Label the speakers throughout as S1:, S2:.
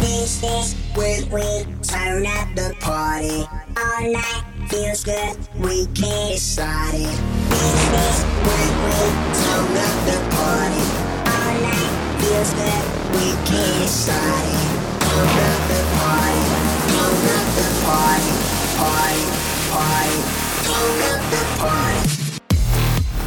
S1: finish this with we turn up the party all night feels good we can decide it finish this with we turn up the party all night feels good we can decide it turn up the party turn up the party party party turn up the party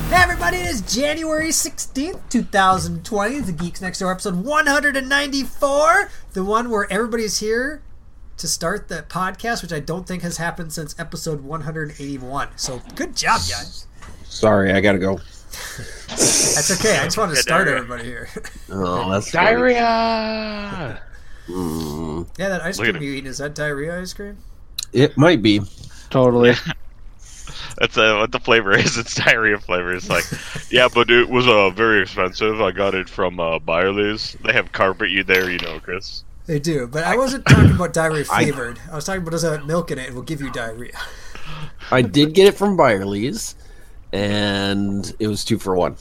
S2: Hey everybody, it is January 16th, 2020, the Geeks Next Door episode 194, the one where everybody is here to start the podcast, which I don't think has happened since episode 181. So good job, guys.
S3: Sorry, I gotta go.
S2: That's okay. I just wanted to start everybody here.
S3: Oh, that's
S4: Diarrhea.
S2: yeah, that ice
S5: Look at
S2: cream
S5: him.
S2: you eating, is that diarrhea ice cream?
S3: It might be.
S4: Totally.
S5: That's uh, what the flavor is. It's diarrhea flavor. It's like, yeah, but it was uh, very expensive. I got it from uh, Byerly's. They have carpet you there, you know, Chris.
S2: They do, but I wasn't talking about diarrhea flavored. I was talking about does it have milk in it? It will give you diarrhea.
S3: I did get it from Byerly's, and it was two for one.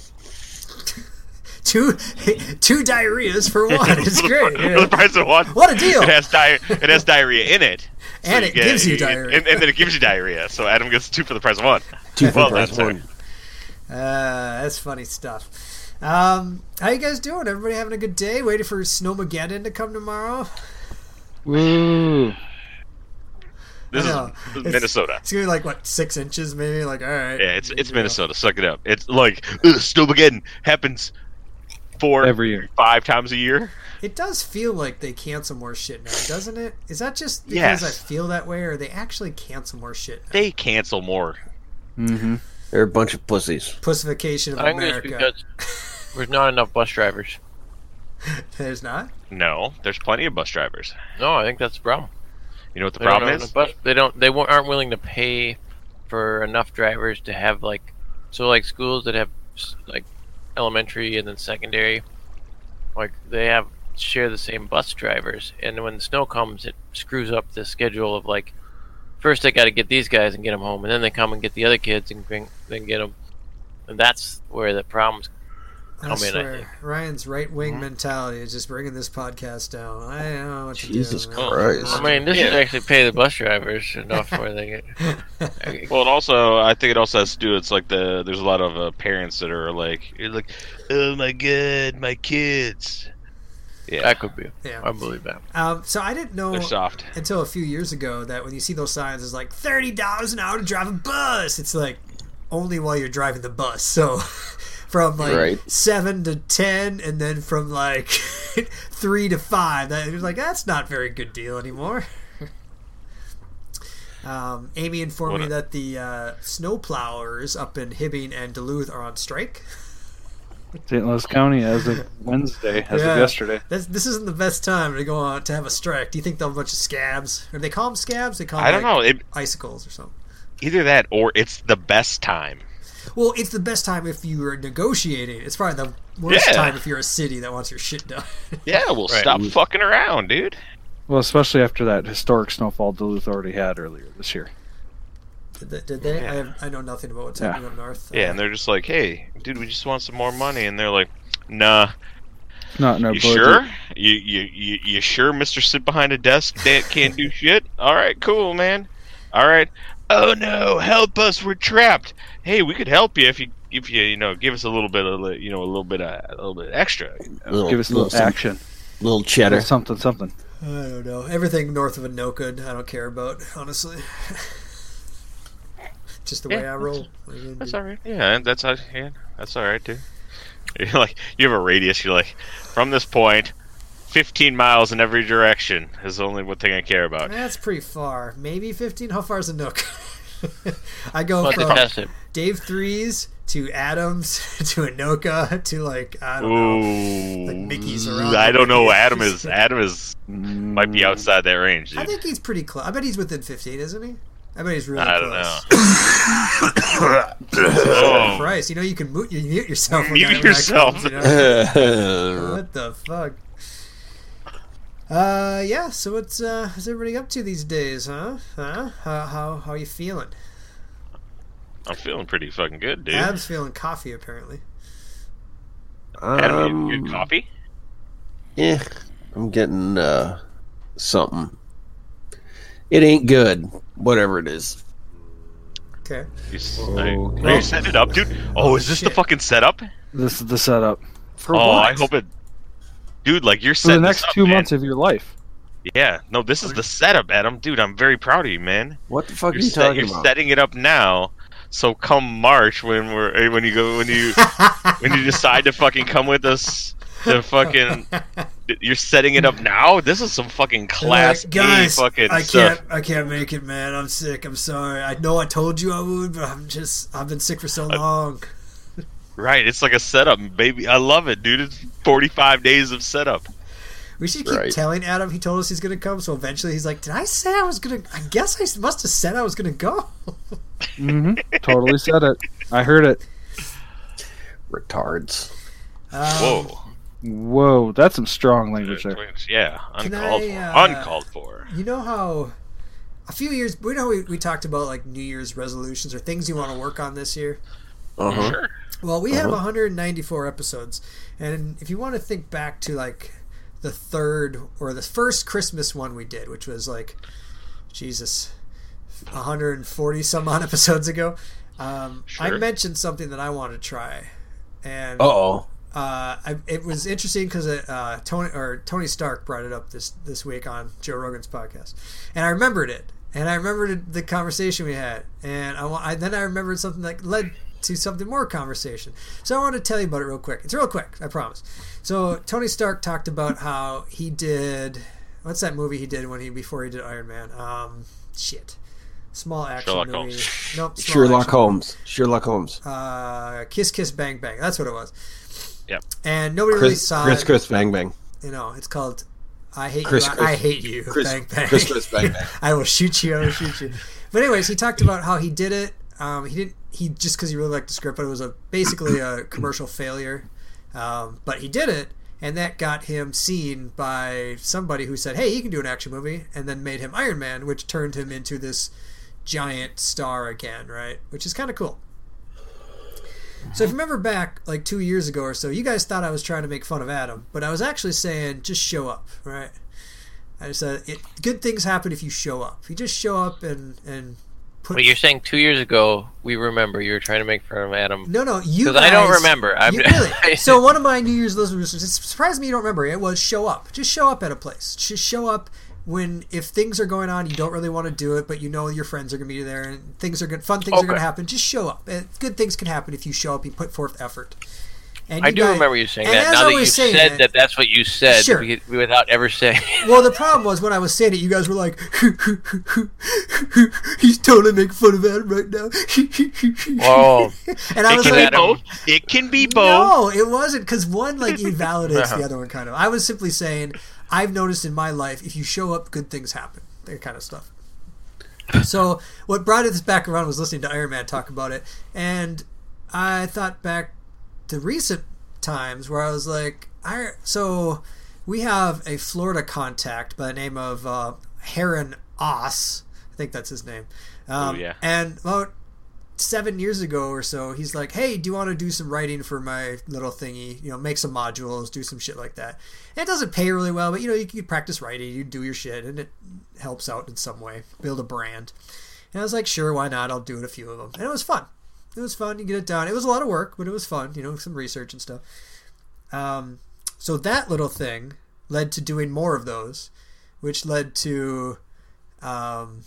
S2: Two, two diarrheas for one. It's
S5: For the
S2: great.
S5: pri- for the
S2: yeah.
S5: price of one.
S2: What a deal.
S5: It has di- It has diarrhea in it. So
S2: And it gives you diarrhea.
S5: And, and then it gives you diarrhea. So Adam gets two for the price of one.
S3: Two for
S5: Well,
S3: the price of
S5: that's
S3: one.
S2: Uh, that's funny stuff. Um, how you guys doing? Everybody having a good day? Waiting for Snowmageddon to come tomorrow?
S4: Ooh.
S2: I
S5: This is
S2: know.
S5: this is
S2: It's-
S5: Minnesota.
S2: It's gonna be like what six inches, maybe. Like all right.
S5: Yeah, it's it's Minnesota. Suck it up. It's like ugh, Snowmageddon happens four
S4: Every year.
S5: five times a year.
S2: It does feel like they cancel more shit now, doesn't it? Is that just because
S5: Yes.
S2: I feel that way, or they actually cancel more shit? Now?
S5: They cancel more.
S4: Mm-hmm.
S3: They're a bunch of pussies.
S2: Pussification of
S6: I think it's
S2: America.
S6: because there's not enough bus drivers.
S2: There's not.
S5: No, there's plenty of bus drivers.
S6: No, I think that's the problem.
S5: You know what the
S6: They
S5: problem
S6: don't own
S5: is?
S6: a bus, they don't. They won't, aren't willing to pay for enough drivers to have like, so like schools that have s- like elementary and then secondary, like they have share the same bus drivers, and when the snow comes, it screws up the schedule of like, first they got to get these guys and get them home, and then they come and get the other kids and bring, then get them, and that's where the problems.
S2: I
S6: Come in, I Mm-hmm.
S2: swear, Ryan's right wing mentality is just bringing this podcast down. I don't know what to
S3: Jesus
S2: do.
S3: Christ.
S6: I mean, this should
S5: Yeah.
S6: actually pay the bus drivers enough where they get.
S5: Well, it also, I think it also has to do. It's like the there's a lot of uh, parents that are like, you're like, oh my god, my kids. Yeah,
S6: That could be.
S2: Yeah.
S6: I believe that.
S2: Um, so I didn't know.
S5: they're soft.
S2: until a few years ago that when you see those signs it's like thirty dollars an hour to drive a bus. It's like only while you're driving the bus. So from like
S3: Right.
S2: seven to ten, and then from like three to five. That it was like that's not a very good deal anymore. Um, Amy informed
S5: What
S2: me
S5: a-
S2: that the uh, snowplowers up in Hibbing and Duluth are on strike.
S4: St. Louis County as of Wednesday, as
S2: Yeah.
S4: of yesterday.
S2: This, this isn't the best time to go on to have a strike. Do you think they'll have a bunch of scabs? Or do they call them scabs? They call them
S5: I don't
S2: like,
S5: know. It,
S2: icicles or something.
S5: either that or it's the best time.
S2: Well, it's the best time if you are negotiating. It's probably the worst
S5: Yeah.
S2: time if you're a city that wants your shit done.
S5: Yeah, we'll
S6: Right.
S5: stop fucking around, dude.
S4: Well, especially after that historic snowfall Duluth already had earlier this year.
S2: did they? Did they? I, have, I know nothing about what's
S4: Yeah.
S2: happening up north.
S5: Yeah, and they're just like, hey, dude, we just want some more money, and they're like, nah.
S4: Not in our
S5: You
S4: budget.
S5: sure? You you you, you sure, Mister? Sit behind a desk that can't do shit. All right, cool, man. All right. Oh no! Help us! We're trapped. Hey, we could help you if you if you you know give us a little bit of li- you know a little bit of a little bit extra.
S3: Little,
S4: Give us a
S3: little,
S4: little
S3: some-
S4: action.
S3: little cheddar.
S4: Something, something.
S2: I don't know. Everything north of Anoka, I don't care about, honestly. Just the way I roll.
S5: That's all right. Yeah, that's all, yeah, that's all right too. You're like you have a radius. You're like from this point, 15 miles in every direction is the only one thing I care about.
S2: That's pretty far. Maybe 15? How far is Anoka? I go
S6: But to
S2: from
S6: test it.
S2: Dave Threes to Adams to Anoka to like, I don't know.
S5: Ooh,
S2: Like Mickey's around.
S5: I don't know. Adam is Adam is might be outside that range. Dude.
S2: I think he's pretty close. I bet he's within 15, isn't he? I bet he's really
S5: I
S2: close.
S5: don't
S2: Oh.
S5: oh,
S2: Christ, you know you can mute, you mute yourself. when
S5: Mute
S2: that- when that
S5: yourself.
S2: comes, you know?
S3: yeah,
S2: what the fuck? Uh, yeah. So what's uh, what's everybody up to these days, huh? Huh? How how, how you feeling?
S5: I'm feeling pretty fucking good, dude.
S2: Ab's feeling coffee apparently.
S3: Um,
S5: Adam, you- you good coffee?
S3: I'm getting uh, something. It ain't good, whatever it is.
S2: Okay.
S5: You, s-
S3: Oh,
S5: I- are
S3: no.
S5: you setting it up, dude? Oh, is this
S2: shit.
S5: the fucking setup?
S4: This is the setup
S3: For
S5: oh,
S3: what?
S5: I hope it. Dude, like you're
S4: for the
S5: setting
S4: next
S5: this up,
S4: two
S5: man.
S4: months of your life.
S5: Yeah, no, this is the setup, Adam. Dude, I'm very proud of you, man.
S3: What the fuck
S5: You're,
S3: are you
S5: set-
S3: talking
S5: you're
S3: about?
S5: setting it up now, so come March when we're eh, when you go when you when you decide to fucking come with us. The fucking you're setting it up now. This is some fucking class
S2: Like, guys,
S5: A fucking
S2: I
S5: stuff.
S2: can't. I can't make it, man. I'm sick. I'm sorry. I know I told you I would, but I'm just. I've been sick for so long.
S5: Right, it's like a setup, baby. I love it, dude. It's 45 days of setup.
S2: We should keep
S3: Right.
S2: telling Adam. He told us he's gonna come, so eventually he's like, "Did I say I was gonna? I guess I must have said I was gonna go."
S4: hmm totally said it. I heard it.
S3: Retards.
S2: Um,
S5: Whoa.
S4: Whoa, that's some strong language there.
S5: Yeah,
S2: Can
S5: uncalled
S2: I,
S5: for.
S2: uh,
S5: uncalled for.
S2: You know how a few years we know we, we talked about like New Year's resolutions or things you want to work on this year.
S3: Uh-huh.
S5: Sure.
S2: Well, we have 194 episodes, and if you want to think back to like the third or the first Christmas one we did, which was like Jesus, 140 some odd episodes ago, um, I
S5: Sure.
S2: mentioned something that I want to try, and
S3: Uh-oh.
S2: uh, I, it was interesting because uh, Tony or Tony Stark brought it up this this week on Joe Rogan's podcast, and I remembered it, and I remembered the conversation we had, and I, wa- I then I remembered something that led to something more conversation. So I want to tell you about it real quick. It's real quick, I promise. So Tony Stark talked about how he did what's that movie he did when he before he did Iron Man? Um, shit, small action
S5: Sherlock
S2: movie.
S5: Holmes.
S2: Nope, small
S3: Sherlock
S2: action.
S3: Holmes. Sherlock Holmes.
S2: Uh, Kiss Kiss Bang Bang. That's what it was.
S5: Yep.
S2: And nobody really
S3: Chris,
S2: saw
S3: Chris,
S2: it
S3: Chris, Bang Bang.
S2: you know, it's called I Hate
S3: Chris-
S2: You, I-
S3: Chris-
S2: I Hate You.
S3: Chris-
S2: bang, bang.
S3: Chris- Chris, bang, bang.
S2: I will shoot you, I will shoot you. But anyways, he talked about how he did it. Um, he didn't he just because he really liked the script, but it was a basically a commercial failure. Um, but he did it, and that got him seen by somebody who said, "Hey, you can do an action movie," and then made him Iron Man, which turned him into this giant star again, right? Which is kind of cool. So if you remember back like two years ago or so, you guys thought I was trying to make fun of Adam, but I was actually saying just show up, right? I said it, good things happen if you show up. If you just show up and and put.
S6: But you're saying two years ago, we remember you were trying to make fun of Adam.
S2: no, no, you.
S6: Because I don't
S2: guys-
S6: remember. I'm-
S2: you, really. so one of my New Year's resolutions. It surprised me you don't remember. It was show up. Just show up at a place. Just show up when if things are going on, you don't really want to do it, but you know your friends are going to be there and things are good. Fun things are
S6: Okay.
S2: going to happen. Just show up. And good things can happen if you show up. You put forth effort. And
S6: I
S2: you
S6: do
S2: guys-
S6: remember you saying
S2: and
S6: that.
S2: as
S6: Now
S2: I
S6: that you
S2: was saying
S6: said
S2: it-
S6: that, that's what you said
S2: Sure.
S6: we- without ever saying.
S2: Well, the problem was when I was saying it, you guys were like, "He's totally making fun of Adam right now."
S6: Oh,
S2: and I
S6: It
S2: was
S5: Can
S6: Adam-
S5: be
S2: like,
S5: both. It can be both.
S2: "No, it wasn't," because one like invalidates the other one kind of. I was simply saying, I've noticed in my life, if you show up, good things happen. That kind of stuff. So what brought this back around was listening to Iron Man talk about it, and I thought back to recent times where I was like, I so we have a Florida contact by the name of uh, Heron Oss, I think that's his name. Um,
S5: yeah.
S2: And about seven years ago or so, he's like, "Hey, do you want to do some writing for my little thingy? You know, make some modules, do some shit like that." And it doesn't pay really well, but you know, you can practice writing, you do your shit, and it helps out in some way, build a brand. And I was like, sure, why not? I'll do it a few of them. And it was fun. It was fun. You get it done. It was a lot of work, but it was fun, you know, some research and stuff. Um, so that little thing led to doing more of those, which led to um,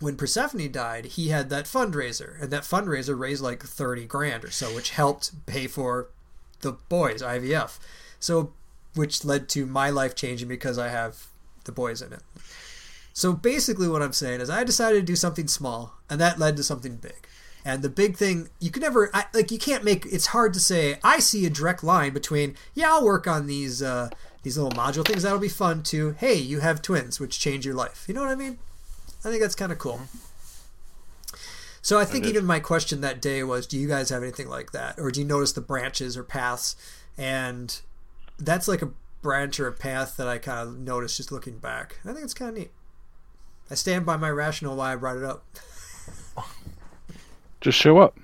S2: when Persephone died, he had that fundraiser, and that fundraiser raised like 30 grand or so, which helped pay for the boys, IVF. So, which led to my life changing because I have the boys in it. So basically, what I'm saying is, I decided to do something small, and that led to something big. And the big thing you can never I, like you can't make it's hard to say I see a direct line between yeah I'll work on these uh, these little module things that'll be fun to hey you have twins which change your life you know what I mean I think that's kind of cool. So I think even my question that day was, do you guys have anything like that, or do you notice the branches or paths? And that's like a branch or a path that I kind of noticed just looking back. I think it's kind of neat. I stand by my rationale why I brought it up.
S4: Just show up.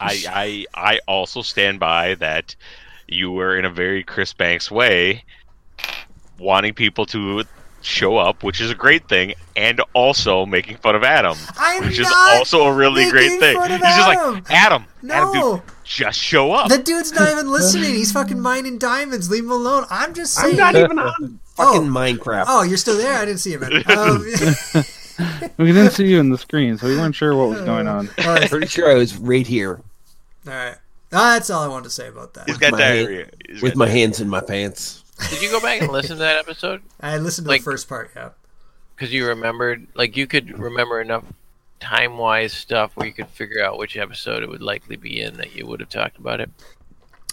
S5: I, I I also stand by that you were in a very Chris Banks way wanting people to show up, which is a great thing, and also making fun of Adam,
S2: I'm
S5: which is
S2: not
S5: also a really great
S2: making
S5: thing.
S2: fun
S5: He's
S2: of
S5: just
S2: Adam.
S5: like Adam, Adam,
S2: No.
S5: dude, just show up.
S2: The dude's not even listening. He's fucking mining diamonds. Leave him alone. I'm just saying.
S3: I'm not even on fucking Minecraft.
S2: Oh, you're still there? I didn't see it, man. Um,
S4: We didn't see you in the screen, so we weren't sure what was going on.
S2: all right.
S3: Pretty sure I was right here
S2: All right. Ah, that's all I wanted to say about that.
S5: He's got
S3: my-
S5: diarrhea. He's
S3: with
S5: got
S3: my hands in my pants.
S6: Did you go back and listen to that episode?
S2: I listened to
S6: Like-
S2: the first part, yeah.
S6: Because you remembered, like, you could remember enough time wise stuff where you could figure out which episode it would likely be in that you would have talked about it.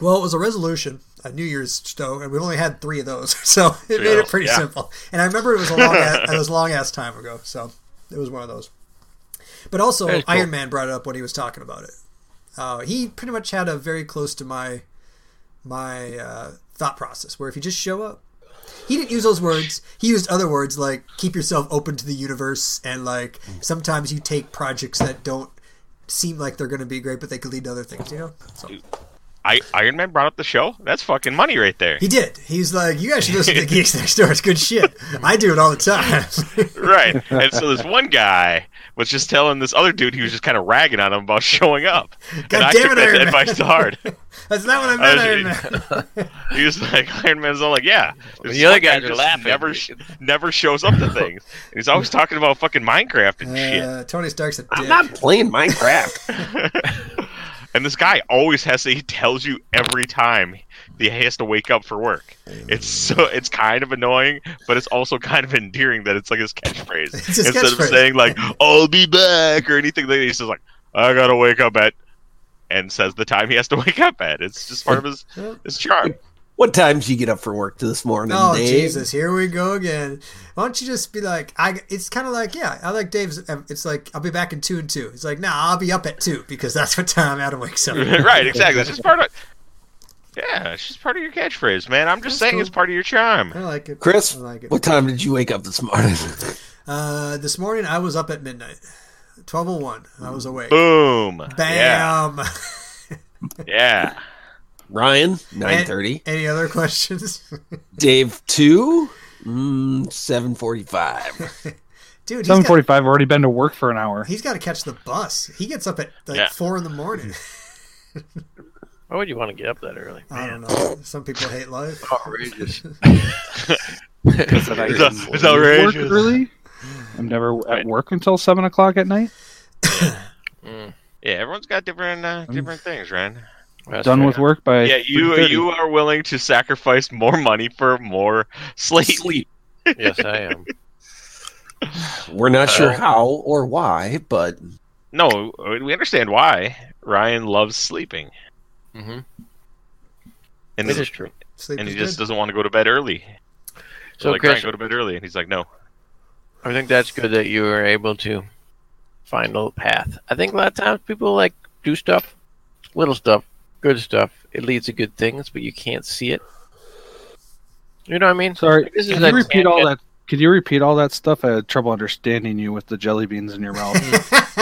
S2: Well, it was a resolution, a New Year's show, and we've only had three of those, so it
S5: Three
S2: made
S5: of
S2: it
S5: those,
S2: pretty
S5: yeah.
S2: simple. And I remember it was a long, ass, it was a long ass time ago, so it was one of those. But also,
S6: Very cool.
S2: Iron Man brought it up when he was talking about it. Uh, he pretty much had a very close to my my uh, thought process, where if you just show up, he didn't use those words. He used other words like keep yourself open to the universe, and like sometimes you take projects that don't seem like they're going to be great, but they could lead to other things. You know, so.
S5: I, Iron Man brought up the show. That's fucking money right there.
S2: He did. He's like, you guys should listen to Geeks Next Door. It's good shit. I do it all the time.
S5: right. And so this one guy was just telling this other dude he was just kind of ragging on him about showing up.
S2: God
S5: and I
S2: damn
S5: took
S2: it,
S5: that
S2: Iron Man.
S5: advice to heart.
S2: That's not what I
S5: I
S2: meant.
S5: was-
S2: Iron Man.
S5: He was like, Iron Man's all like, yeah. this
S6: The other
S5: one guy
S6: guys are
S5: just
S6: laughing.
S5: Never, sh- never shows up to things. And he's always talking about fucking Minecraft and Oh, shit.
S2: Uh, Tony Stark's a dick.
S3: I'm not playing Minecraft.
S5: And this guy always has to. He tells you every time that he has to wake up for work. It's so. It's kind of annoying, but it's also kind of endearing that it's like his catchphrase
S2: It's his
S5: instead of
S2: catchphrase.
S5: saying like "I'll be back" or anything like that. He's just like "I gotta wake up at," and says the time he has to wake up at. It's just part of his his charm.
S3: what time did you get up for work this morning,
S2: Oh
S3: Dave?
S2: Jesus! Here we go again. Why don't you just be like, I? It's kind of like, yeah, I like Dave's. um, It's like I'll be back in two and two. It's like, nah, I'll be up at two because that's what time Adam wakes up.
S5: right? Exactly. It's just part of. Yeah, it's just part of your catchphrase, man. I'm just
S2: That's
S5: saying it's
S2: cool.
S5: part of your charm.
S2: I like it,
S3: Chris,
S2: I like it.
S3: what time did you wake up this morning?
S2: Uh, this morning I was up at midnight, twelve oh one. I was awake.
S5: Boom. Yeah.
S2: Bam.
S5: Yeah.
S3: Ryan, nine thirty.
S2: Any other questions?
S3: Dave, two. Mm, seven forty-five.
S2: Dude, he's
S4: Seven
S2: got-
S4: forty-five. Already been to work for an hour.
S2: He's got to catch the bus. He gets up at like
S5: Yeah.
S2: four in the morning.
S6: Why would you want to get up that early?
S2: I don't know. Some people hate life.
S6: Outrageous.
S5: It's, a- it's outrageous.
S4: Work early. I'm never at work until seven o'clock at night.
S6: Mm,
S5: Yeah, everyone's got different uh, different things, Ren.
S6: That's
S4: Done
S6: fair.
S4: with work by
S5: Yeah, you
S4: 3:30.
S5: you are willing to sacrifice more money for more sleep.
S3: Sleep.
S6: Yes, I am.
S3: We're not
S5: Oh.
S3: sure how or why, but
S5: No, we understand why Ryan loves sleeping,
S6: Mm-hmm.
S5: and
S6: This
S5: he-
S6: is true.
S2: Sleep
S5: and he
S2: is
S5: just
S2: good.
S5: doesn't want to go to bed early.
S6: So,
S5: So like, Ryan,
S6: Chris,
S5: go to bed early, and he's like, no.
S6: I think that's good that you were able to find a path. I think a lot of times people like do stuff, little stuff, good stuff. It leads to good things, but you can't see it. You know what I mean?
S4: Sorry,
S6: Like, this is
S4: could you
S6: a
S4: repeat all
S6: tangent.
S4: that? Could you repeat all that stuff? I had trouble understanding you with the jelly beans in your mouth.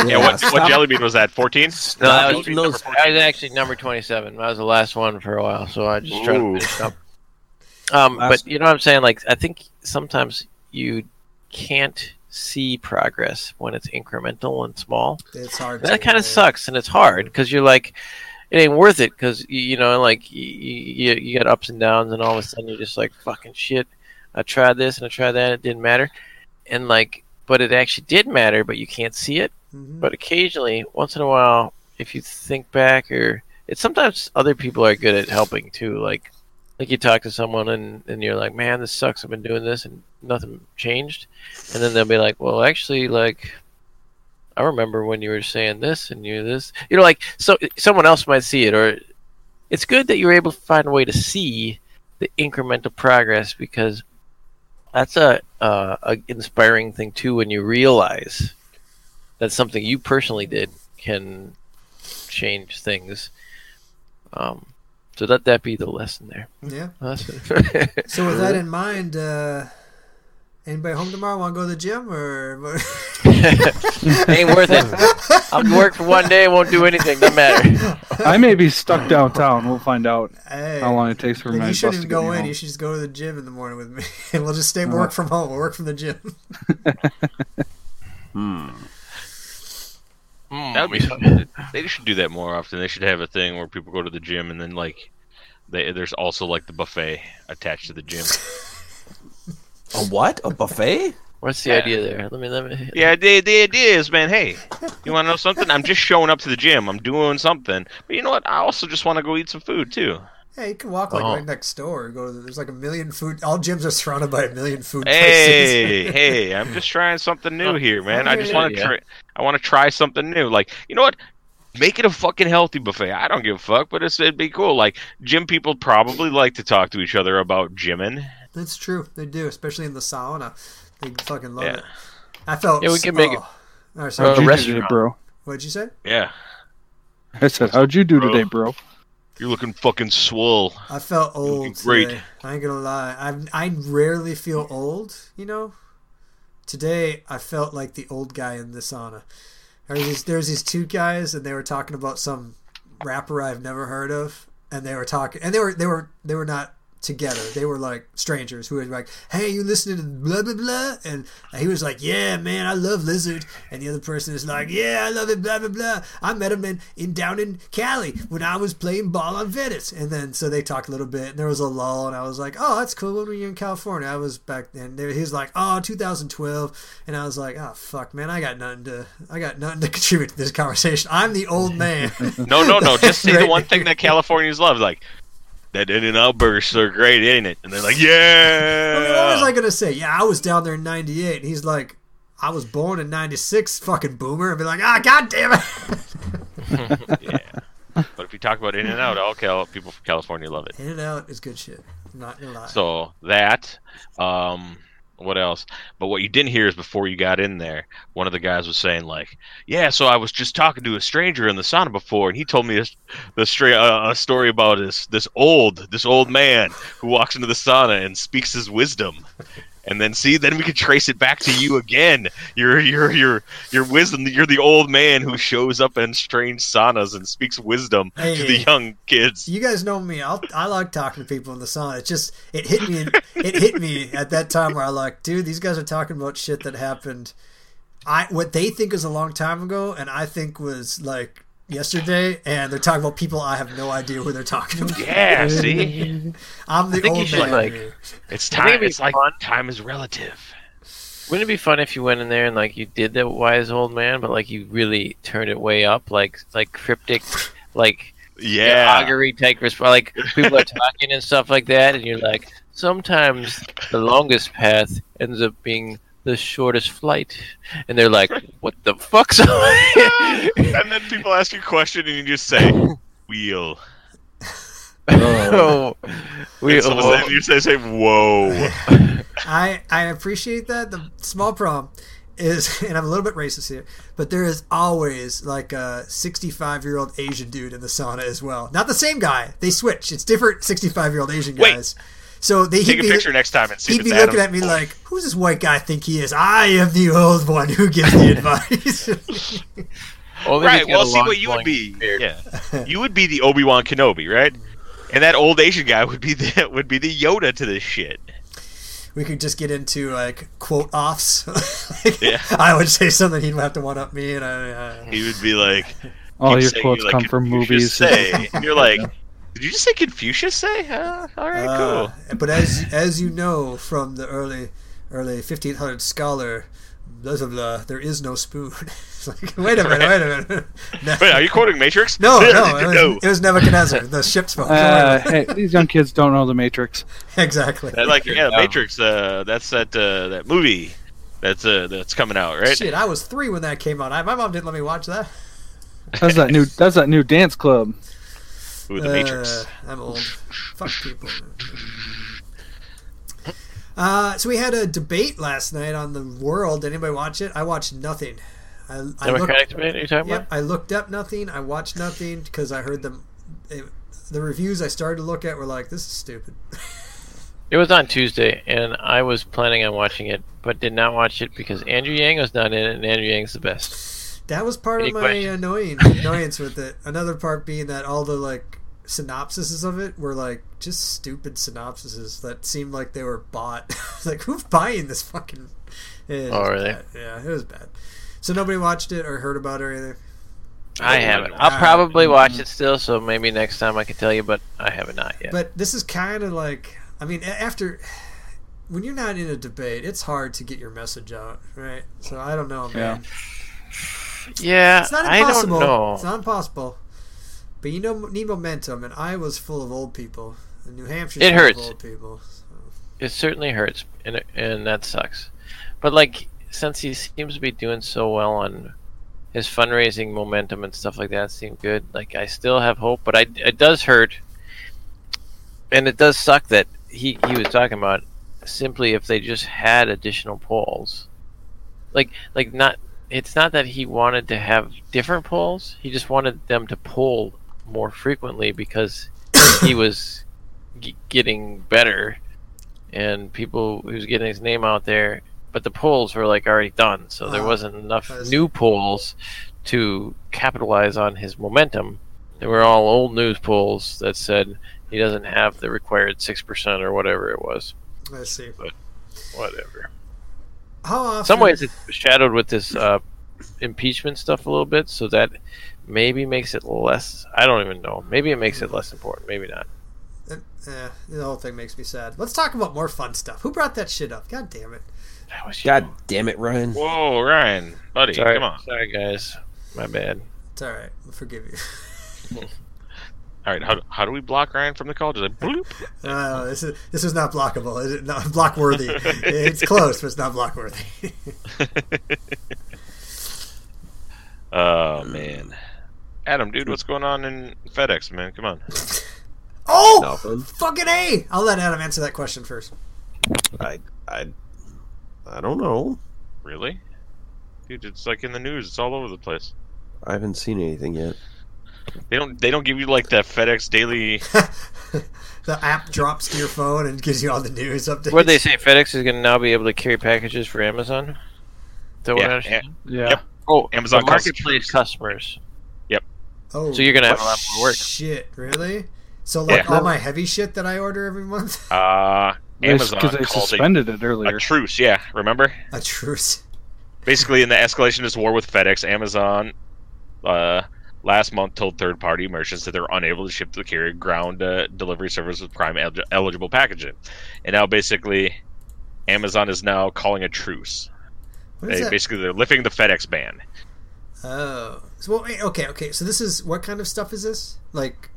S5: Yeah, what
S3: stop-
S5: what jelly bean was that? Fourteen.
S6: No, that
S5: Uh,
S3: stop
S6: was,
S3: eating those.
S6: that was actually number twenty-seven. That was the last one for a while, so I just tried
S5: Ooh.
S6: to finish up. Um,
S3: Last-
S6: but you know what I'm saying? Like, I think sometimes you can't see progress when it's incremental and small.
S2: It's hard.
S6: That
S2: to-
S6: kind of sucks, and it's hard because you're like, it ain't worth it because you know, like you, you you got ups and downs, and all of a sudden you're just like, fucking shit. I tried this and I tried that, and it didn't matter, and like, but it actually did matter, but you can't see it.
S2: Mhm.
S6: But occasionally, once in a while, if you think back, or it's sometimes other people are good at helping too. Like, like you talk to someone and, and you're like, man, this sucks. I've been doing this and nothing changed. And then they'll be like, well, actually, like, I remember when you were saying this and you this. You know, like, so someone else might see it. Or it's good that you were able to find a way to see the incremental progress because that's a, uh, a inspiring thing too when you realize that's something you personally did can change things. Um, so let that be the lesson there.
S2: Yeah.
S6: Lesson.
S2: So with that in mind, uh, Anybody home tomorrow? Want to go to the gym or?
S6: Ain't worth it. I'll work for one day, won't do anything. Doesn't matter.
S4: I may be stuck downtown. We'll find out
S2: Hey,
S4: how long it takes for
S2: then
S4: my
S2: you
S4: bus to
S2: shouldn't even
S4: get
S2: go in.
S4: me home. Uh-huh.
S2: You should just go to the gym in the morning with me, and we'll just stay work from home. We'll work from the gym.
S6: Hmm,
S5: That would be fun. They should do that more often. They should have a thing where people go to the gym and then like, they, there's also like the buffet attached to the gym.
S3: A what? A buffet?
S6: What's the idea there? Let me let me.
S5: Yeah, the, the idea is, man, hey, you want to know something? I'm just showing up to the gym. I'm doing something. But you know what? I also just want to go eat some food, too.
S2: Hey, you can walk like
S6: Oh.
S2: right next door. Go to the, there's like a million food. All gyms are surrounded by a million food
S5: Hey,
S2: places.
S5: hey, I'm just trying something new here, man. I just
S6: Yeah,
S5: want to
S6: yeah.
S5: try. I want to try something new. Like, you know what? Make it a fucking healthy buffet. I don't give a fuck, but it's, it'd be cool. Like, gym people probably like to talk to each other about gymming.
S2: That's true. They do, especially in the sauna. They fucking love
S5: Yeah.
S2: it. I felt. Oh,
S6: Yeah, we can make it-
S2: All right,
S6: Uh,
S2: sorry.
S4: How'd you do
S6: restaurant.
S4: today, bro?
S2: What'd you say?
S5: Yeah,
S4: I said, "How'd you do
S5: Bro.
S4: today, bro?"
S5: you're looking fucking swole.
S2: I felt old.
S5: great.
S2: Today. I ain't gonna lie. I I rarely feel old. You know. Today I felt like the old guy in the sauna. There was these, there was these two guys, and they were talking about some rapper I've never heard of, and they were talking, and they were they were they were not together. They were like strangers who were like, "Hey, you listening to blah blah blah?" And he was like, "Yeah, man, I love Lizard," and the other person is like, "Yeah, I love it, blah blah blah." I met him in, in down in Cali when I was playing ball on Venice, and then so they talked a little bit, and there was a lull, and I was like, "Oh, that's cool." When were you in California? I was back then. There, he was like, "Oh, 2012," and I was like, "Oh, fuck, man, I got nothing to I got nothing to contribute to this conversation. I'm the old man."
S5: No, no, no. Just say the
S2: Right.
S5: one thing that Californians love, like that In and Out burgers are great, ain't it? And they're like,
S2: I mean, what was I
S5: yeah.
S2: gonna say? Yeah, I was down there in '98, and he's like, "I was born in '96, fucking boomer," and be like, "Ah, goddamn it!"
S5: But if you talk about In and Out, all Cal- people from California love it.
S2: In and out is good shit. I'm not gonna lie.
S5: So that, um, what else? But what you didn't hear is before you got in there, one of the guys was saying like, "Yeah, so I was just talking to a stranger in the sauna before, and he told me a, the stra- uh, a story about this this old this old man who walks into the sauna and speaks his wisdom." And then see, then we could trace it back to you again. Your your your your wisdom. You're the old man who shows up in strange saunas and speaks wisdom to the
S2: Hey.
S5: young kids.
S2: you guys know me. I'll, I like talking to people in the sauna. It just it hit me. It hit me at that time where I like, dude, these guys are talking about shit that happened. I what they think is a long time ago, and I think was like yesterday. And they're talking about people I have no idea who they're talking about.
S5: Yeah, see.
S2: I'm the
S6: think you
S2: old
S6: should,
S2: man.
S6: like-
S2: here.
S5: It's
S6: I think it'd
S5: time.
S6: be
S5: It's like
S6: fun.
S5: time is relative.
S6: Wouldn't it be fun if you went in there and like you did that wise old man, but like you really turned it way up, like like cryptic, like augury type response, like people are talking and stuff like that, and you're like, sometimes the longest path ends up being the shortest flight, and they're like, what the fuck's
S5: and then people ask you a question, and you just say wheel.
S6: oh, we
S5: And someone says- you say, say whoa.
S2: I I appreciate that. The small problem is, and I'm a little bit racist here, but there is always like a 65 year old Asian dude in the sauna as well. Not the same guy. They switch. It's different 65 year old Asian
S5: Wait.
S2: guys. So they
S5: Take a picture next time and see if
S2: He'd
S5: it's
S2: be
S5: Adam.
S2: looking at me like, "Who's this white guy? Think he is? I am the old one who gives the advice."
S6: Only if
S5: right.
S6: you got
S5: Well,
S6: a
S5: see
S6: long
S5: what you would
S6: flowing
S5: be.
S6: beard.
S5: Yeah, you would be the Obi Wan Kenobi, right? And that old Asian guy would be the would be the Yoda to this shit.
S2: we could just get into like quote offs. Like,
S5: Yeah.
S2: I would say something he'd have to one up me, and I, I
S5: He would be like,
S4: All
S5: keep
S4: your
S5: saying,
S4: quotes
S5: like,
S4: come from
S5: Confucius
S4: movies.
S5: Say, and you're like, did you just say Confucius say? Huh? All right,
S2: Uh,
S5: cool.
S2: But as as you know from the early early 1500 scholar, blah blah blah, there is no spoon. It's like, wait a minute, wait a minute. No,
S5: Wait, are you quoting Matrix?
S2: no, no, it
S5: no.
S2: was, it was Nebuchadnezzar, the ship's phone.
S4: Uh, hey, these young kids don't know the Matrix.
S2: exactly.
S5: That, like yeah,
S6: Yeah.
S5: Matrix. Uh, that's that uh, that movie. That's uh, that's coming out, right?
S2: Shit, I was three when that came out. I, my mom didn't let me watch that.
S4: That's that new. That's that new dance club.
S5: Ooh, the Matrix.
S2: Uh, I'm old. Fuck people. Uh, so we had a debate last night on the world. Anybody watch it? I watched nothing. I, I looked-
S6: Democratic debate? Are you talking
S2: Yep, I looked up nothing. I watched nothing because I heard them. It, the reviews I started to look at were like, "This is stupid."
S6: It was on Tuesday, and I was planning on watching it, but did not watch it because Andrew Yang was not in it, and Andrew Yang's the best.
S2: That was part
S6: Any
S2: of my
S6: questions?
S2: annoying annoyance with it. Another part being that all the like synopsises of it were like just stupid synopsises that seemed like they were bought. like who's buying this fucking? It
S6: Oh,
S2: was
S6: really?
S2: bad. Yeah, it was bad. So nobody watched it or heard about it or anything.
S6: I
S5: Oh,
S6: haven't.
S5: wow.
S6: I'll probably watch it still, so maybe next time I can tell you, but I have not yet.
S2: But this is kind of like I mean a- after when you're not in a debate, it's hard to get your message out, right? So I don't know, man.
S6: yeah,
S2: It's not
S6: I don't
S2: impossible.
S6: know.
S2: It's not impossible. But you know, need momentum, and Iowa's full of old people, and New Hampshire's
S6: It
S2: full
S6: hurts.
S2: of old people.
S6: It certainly hurts, and and that sucks. But like, since he seems to be doing so well on his fundraising momentum and stuff like that, seem good. Like, I still have hope, but I it does hurt, and it does suck that he he was talking about simply if they just had additional polls, like like not. It's not that he wanted to have different polls. He just wanted them to poll more frequently because he was g- getting better and people who's getting his name out there. But the polls were like already done, so there
S2: Uh,
S6: wasn't enough
S2: I see.
S6: new polls to capitalize on his momentum. They were all old news polls that said he doesn't have the required six percent or whatever it was.
S2: I see.
S6: Whatever.
S2: How often?
S6: In some ways, it's shadowed with this uh, impeachment stuff a little bit, so that maybe makes it less. I don't even know. Maybe it makes it less important. Maybe not.
S2: Uh, eh, the whole thing makes me sad. Let's talk about more fun stuff. Who brought that shit up? God damn it!
S6: I wish you
S3: God damn it, Ryan.
S5: Whoa, Ryan, buddy,
S6: Sorry,
S5: come on.
S6: sorry guys, my bad.
S2: It's all right. I'll forgive you.
S5: All right, how, how do we block Ryan from the call? Just like bloop.
S2: Uh, this is this is not blockable. It is not block worthy. it's close, but it's not block worthy.
S5: Oh man, Adam, dude, what's going on in FedEx, man? Come on.
S2: oh,
S3: Nothing.
S2: fucking a! I'll let Adam answer that question first.
S3: I, I, I don't know.
S5: Really? Dude, it's like in the news. It's all over the place.
S3: I haven't seen anything yet.
S5: They don't. They don't give you like that FedEx daily.
S2: the app drops to your phone and gives you all the news updates.
S6: What they say FedEx is going to now be able to carry packages for Amazon. Is That what I
S5: Yeah,
S6: understand?
S4: Yeah.
S5: Yep.
S6: oh,
S5: Amazon
S6: the
S5: calls it
S6: marketplace
S5: troops.
S6: customers.
S2: Oh,
S6: So you're going to have a lot more work.
S2: Shit, really? So like
S5: Yeah.
S2: all my heavy shit that I order every month,
S5: Uh, Amazon
S4: because they
S5: called a,
S4: suspended it
S5: a
S4: earlier.
S5: truce. Yeah, remember?
S2: a truce.
S5: Basically, in the escalation of this war with FedEx, Amazon uh, last month told third-party merchants that they're unable to ship the carrier ground uh, delivery service with Prime el- eligible packaging, and now basically, Amazon is now calling a truce.
S2: What is
S5: They,
S2: that?
S5: basically, they're lifting the FedEx ban.
S2: oh, so, well, wait, okay, okay. So this is what kind of stuff is this? Like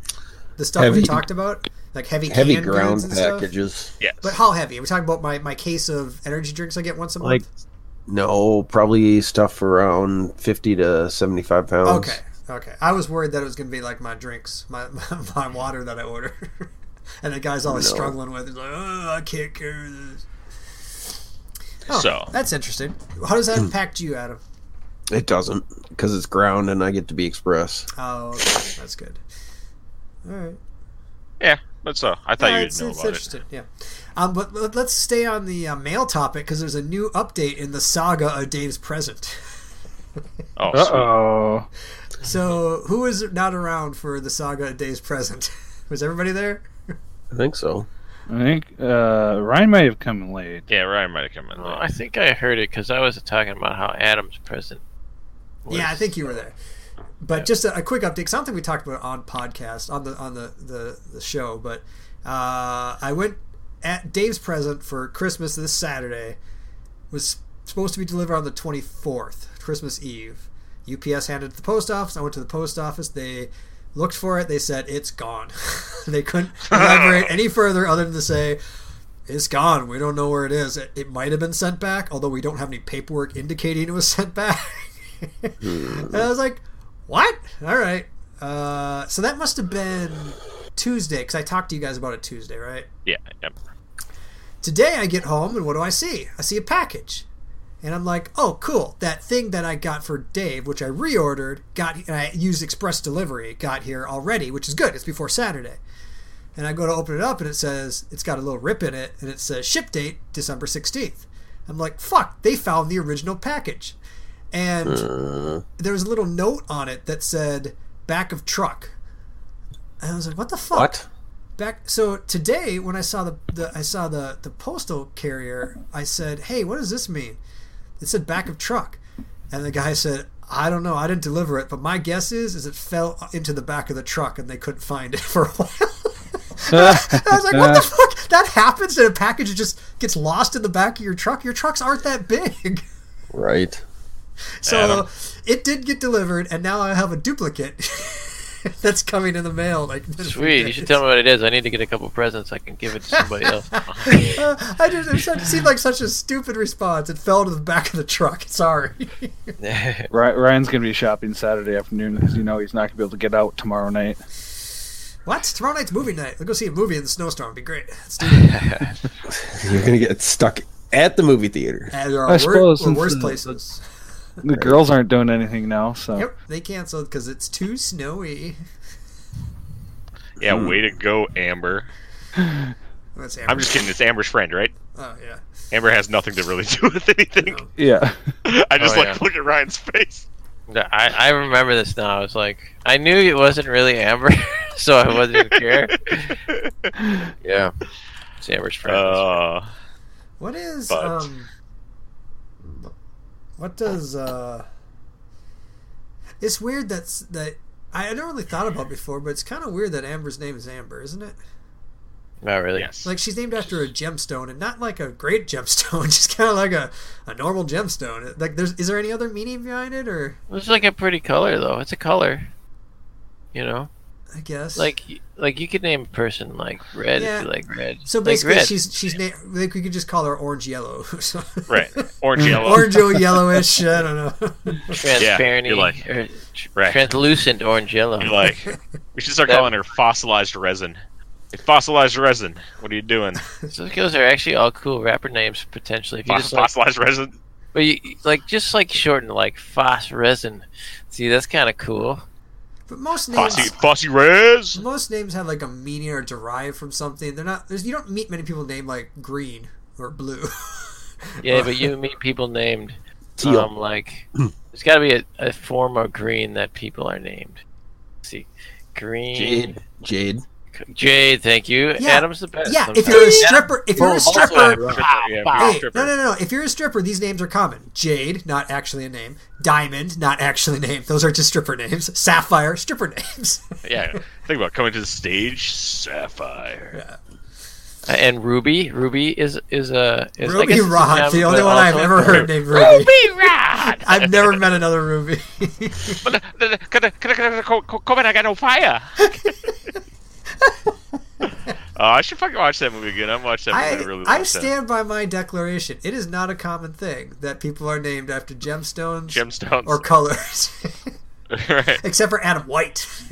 S2: the stuff we
S3: Heavy-
S2: talked about, like heavy
S3: Heavy
S2: canned
S3: ground
S2: goods and stuff?
S3: packages.
S5: Yes.
S2: But how heavy? Are we talking about my, my case of energy drinks I get once a
S3: Like,
S2: month?
S3: no, probably stuff around fifty to seventy-five pounds.
S2: okay, okay. I was worried that it was going to be like my drinks, my, my, my water that I order. and the guy's always
S3: No.
S2: struggling with it. He's like, oh, I can't carry this. Oh,
S5: So- Hmm.
S2: that's interesting. How does that impact you, Adam?
S3: It doesn't because it's ground, and I get to be express.
S2: Oh, okay. that's good. All right.
S5: Yeah, but so I thought
S2: Yeah,
S5: you
S2: it's,
S5: would know
S2: it's
S5: about it.
S2: interesting. Yeah. Um, but let- let's stay on the uh, mail topic because there's a new update in the saga of Dave's present.
S5: Oh,
S4: Uh
S5: sweet.
S4: oh.
S2: So, who is not around for the saga of Dave's present? Was everybody there?
S3: I think so.
S4: I think uh, Ryan may have come late.
S5: yeah, Ryan might have come in.
S6: Well,
S5: late.
S6: I think I heard it because I was talking about how Adam's present. was-
S2: Yeah, I think you were there. But just a, a quick update. 'cause I don't think we talked about it on podcast on the on the the, the show. But uh, I went at Dave's present for Christmas this Saturday. Was supposed to be delivered on the twenty fourth, Christmas Eve. UPS handed it to the post office. I went to the post office. They looked for it. They said it's gone. they couldn't elaborate any further other than to say it's gone. We don't know where it is. It, it might have been sent back, although we don't have any paperwork indicating it was sent back. and I was like, what? All right. Uh, so that must have been Tuesday, because I talked to you guys about it Tuesday, right?
S5: yeah, yep.
S2: Today I get home, and what do I see? I see a package. And I'm like, oh, cool. That thing that I got for Dave, which I reordered, got and I used express delivery, got here already, which is good. It's before Saturday. and I go to open it up, and it says it's got a little rip in it, and it says ship date December sixteenth. I'm like, fuck, they found the original package, and there was a little note on it that said back of truck. And I was like, what the fuck?
S3: What?
S2: back so today when i saw the, the i saw the the postal carrier i said hey what does this mean it said back of truck and the guy said i don't know i didn't deliver it but my guess is is it fell into the back of the truck and they couldn't find it for a while i was like what the fuck that happens and a package just gets lost in the back of your truck your trucks aren't that big
S3: Right.
S2: so
S5: Adam.
S2: it did get delivered and now i have a duplicate that's coming in the mail like this
S6: Sweet, you
S2: weekend.
S6: should tell me what it is. I need to get a couple presents. I can give it to somebody else.
S2: Uh, I just it such- seemed like such a stupid response. It fell to the back of the truck. Sorry.
S6: That's
S4: Ry- Ryan's gonna be shopping Saturday afternoon because you know he's not gonna be able to get out tomorrow night.
S2: what? Tomorrow night's movie night. Let's go see a movie in the snowstorm. It'd be great. Let's do it.
S3: You're gonna get stuck at the movie theater.
S2: And there are
S4: I
S2: wor-
S4: suppose
S2: or
S4: since
S2: worse
S4: the-
S2: places.
S4: The girls aren't doing anything now, so
S2: Yep, they canceled because it's too snowy.
S5: Yeah, way to go, Amber.
S2: That's Amber.
S5: I'm just kidding. It's Amber's friend, right?
S2: Oh yeah.
S5: Amber has nothing to really do with anything.
S2: No.
S4: yeah.
S5: I just
S6: Oh,
S5: like
S6: yeah.
S5: look at Ryan's face.
S6: I, I remember this now. It's like I knew it wasn't really Amber, so I wasn't sure. Yeah, it's Amber's friend.
S5: Uh,
S2: What is
S5: But-
S2: um? What does uh? It's weird that's that. I I never really thought about it before, but it's kind of weird that Amber's name is Amber, isn't it?
S6: Not really.
S5: yes.
S2: Like she's named after a gemstone, and not like a great gemstone, just kind of like a, a normal gemstone. Like, there's is there any other meaning behind it, or
S6: It's like a pretty color though. It's a color. You know,
S2: I guess
S6: like y- like you could name a person like red
S2: Yeah.
S6: if you like red.
S2: so
S6: Like
S2: basically
S6: red.
S2: she's she's na- like we could just call her orange yellow, or something.
S5: right. Orange, yellow.
S2: orange or yellowish. I don't know.
S6: transparent,
S5: you're like-
S6: or tr-
S5: right.
S6: er, translucent orange yellow.
S5: You're like, we should start
S6: That-
S5: calling her fossilized resin. Hey, fossilized resin. What are you doing?
S6: So those are actually all cool rapper names potentially. If you
S5: Fos-
S6: just like,
S5: fossilized resin.
S6: but you, like just like shorten like Foss Resin. See, that's kind of cool.
S2: But most names
S5: Fossy, fossy res.
S2: most names have like a meaning or derived from something. They're not. There's you don't meet many people named like green or blue.
S6: Yeah, but you meet people named
S3: Teal.
S6: um like there's got to be a, a form of green that people are named. see, green
S3: Jade. Jade.
S6: Jade, thank you.
S2: Yeah.
S6: Adam's the best.
S2: yeah, if
S6: sometimes.
S2: you're a stripper, if you're a
S6: Also,
S2: stripper, ah,
S6: I'm a stripper, yeah, if you're a
S2: Hey,
S6: stripper.
S2: no, no, no. If you're a stripper, these names are common. Jade, not actually a name. Diamond, not actually a name. Those are just stripper names. Sapphire, stripper names.
S5: Yeah. Think about coming to the stage, sapphire.
S6: Uh, and Ruby, Ruby is is a is, I guess
S2: Ruby
S6: it's a gem,
S2: Rod, the only
S6: but
S2: one I've
S6: also-
S2: ever heard named Ruby.
S5: Be rad.
S2: I've never met another Ruby.
S5: But uh, the- the- the- the- the- co- co- Come on, I got no fire. Oh, I should fucking watch that movie again. I watched that movie. I,
S2: I,
S5: really
S2: I
S5: liked that.
S2: stand by my declaration. It is not a common thing that people are named after gemstones
S5: gemstones.
S2: or colors,
S5: right.
S2: except for Adam White.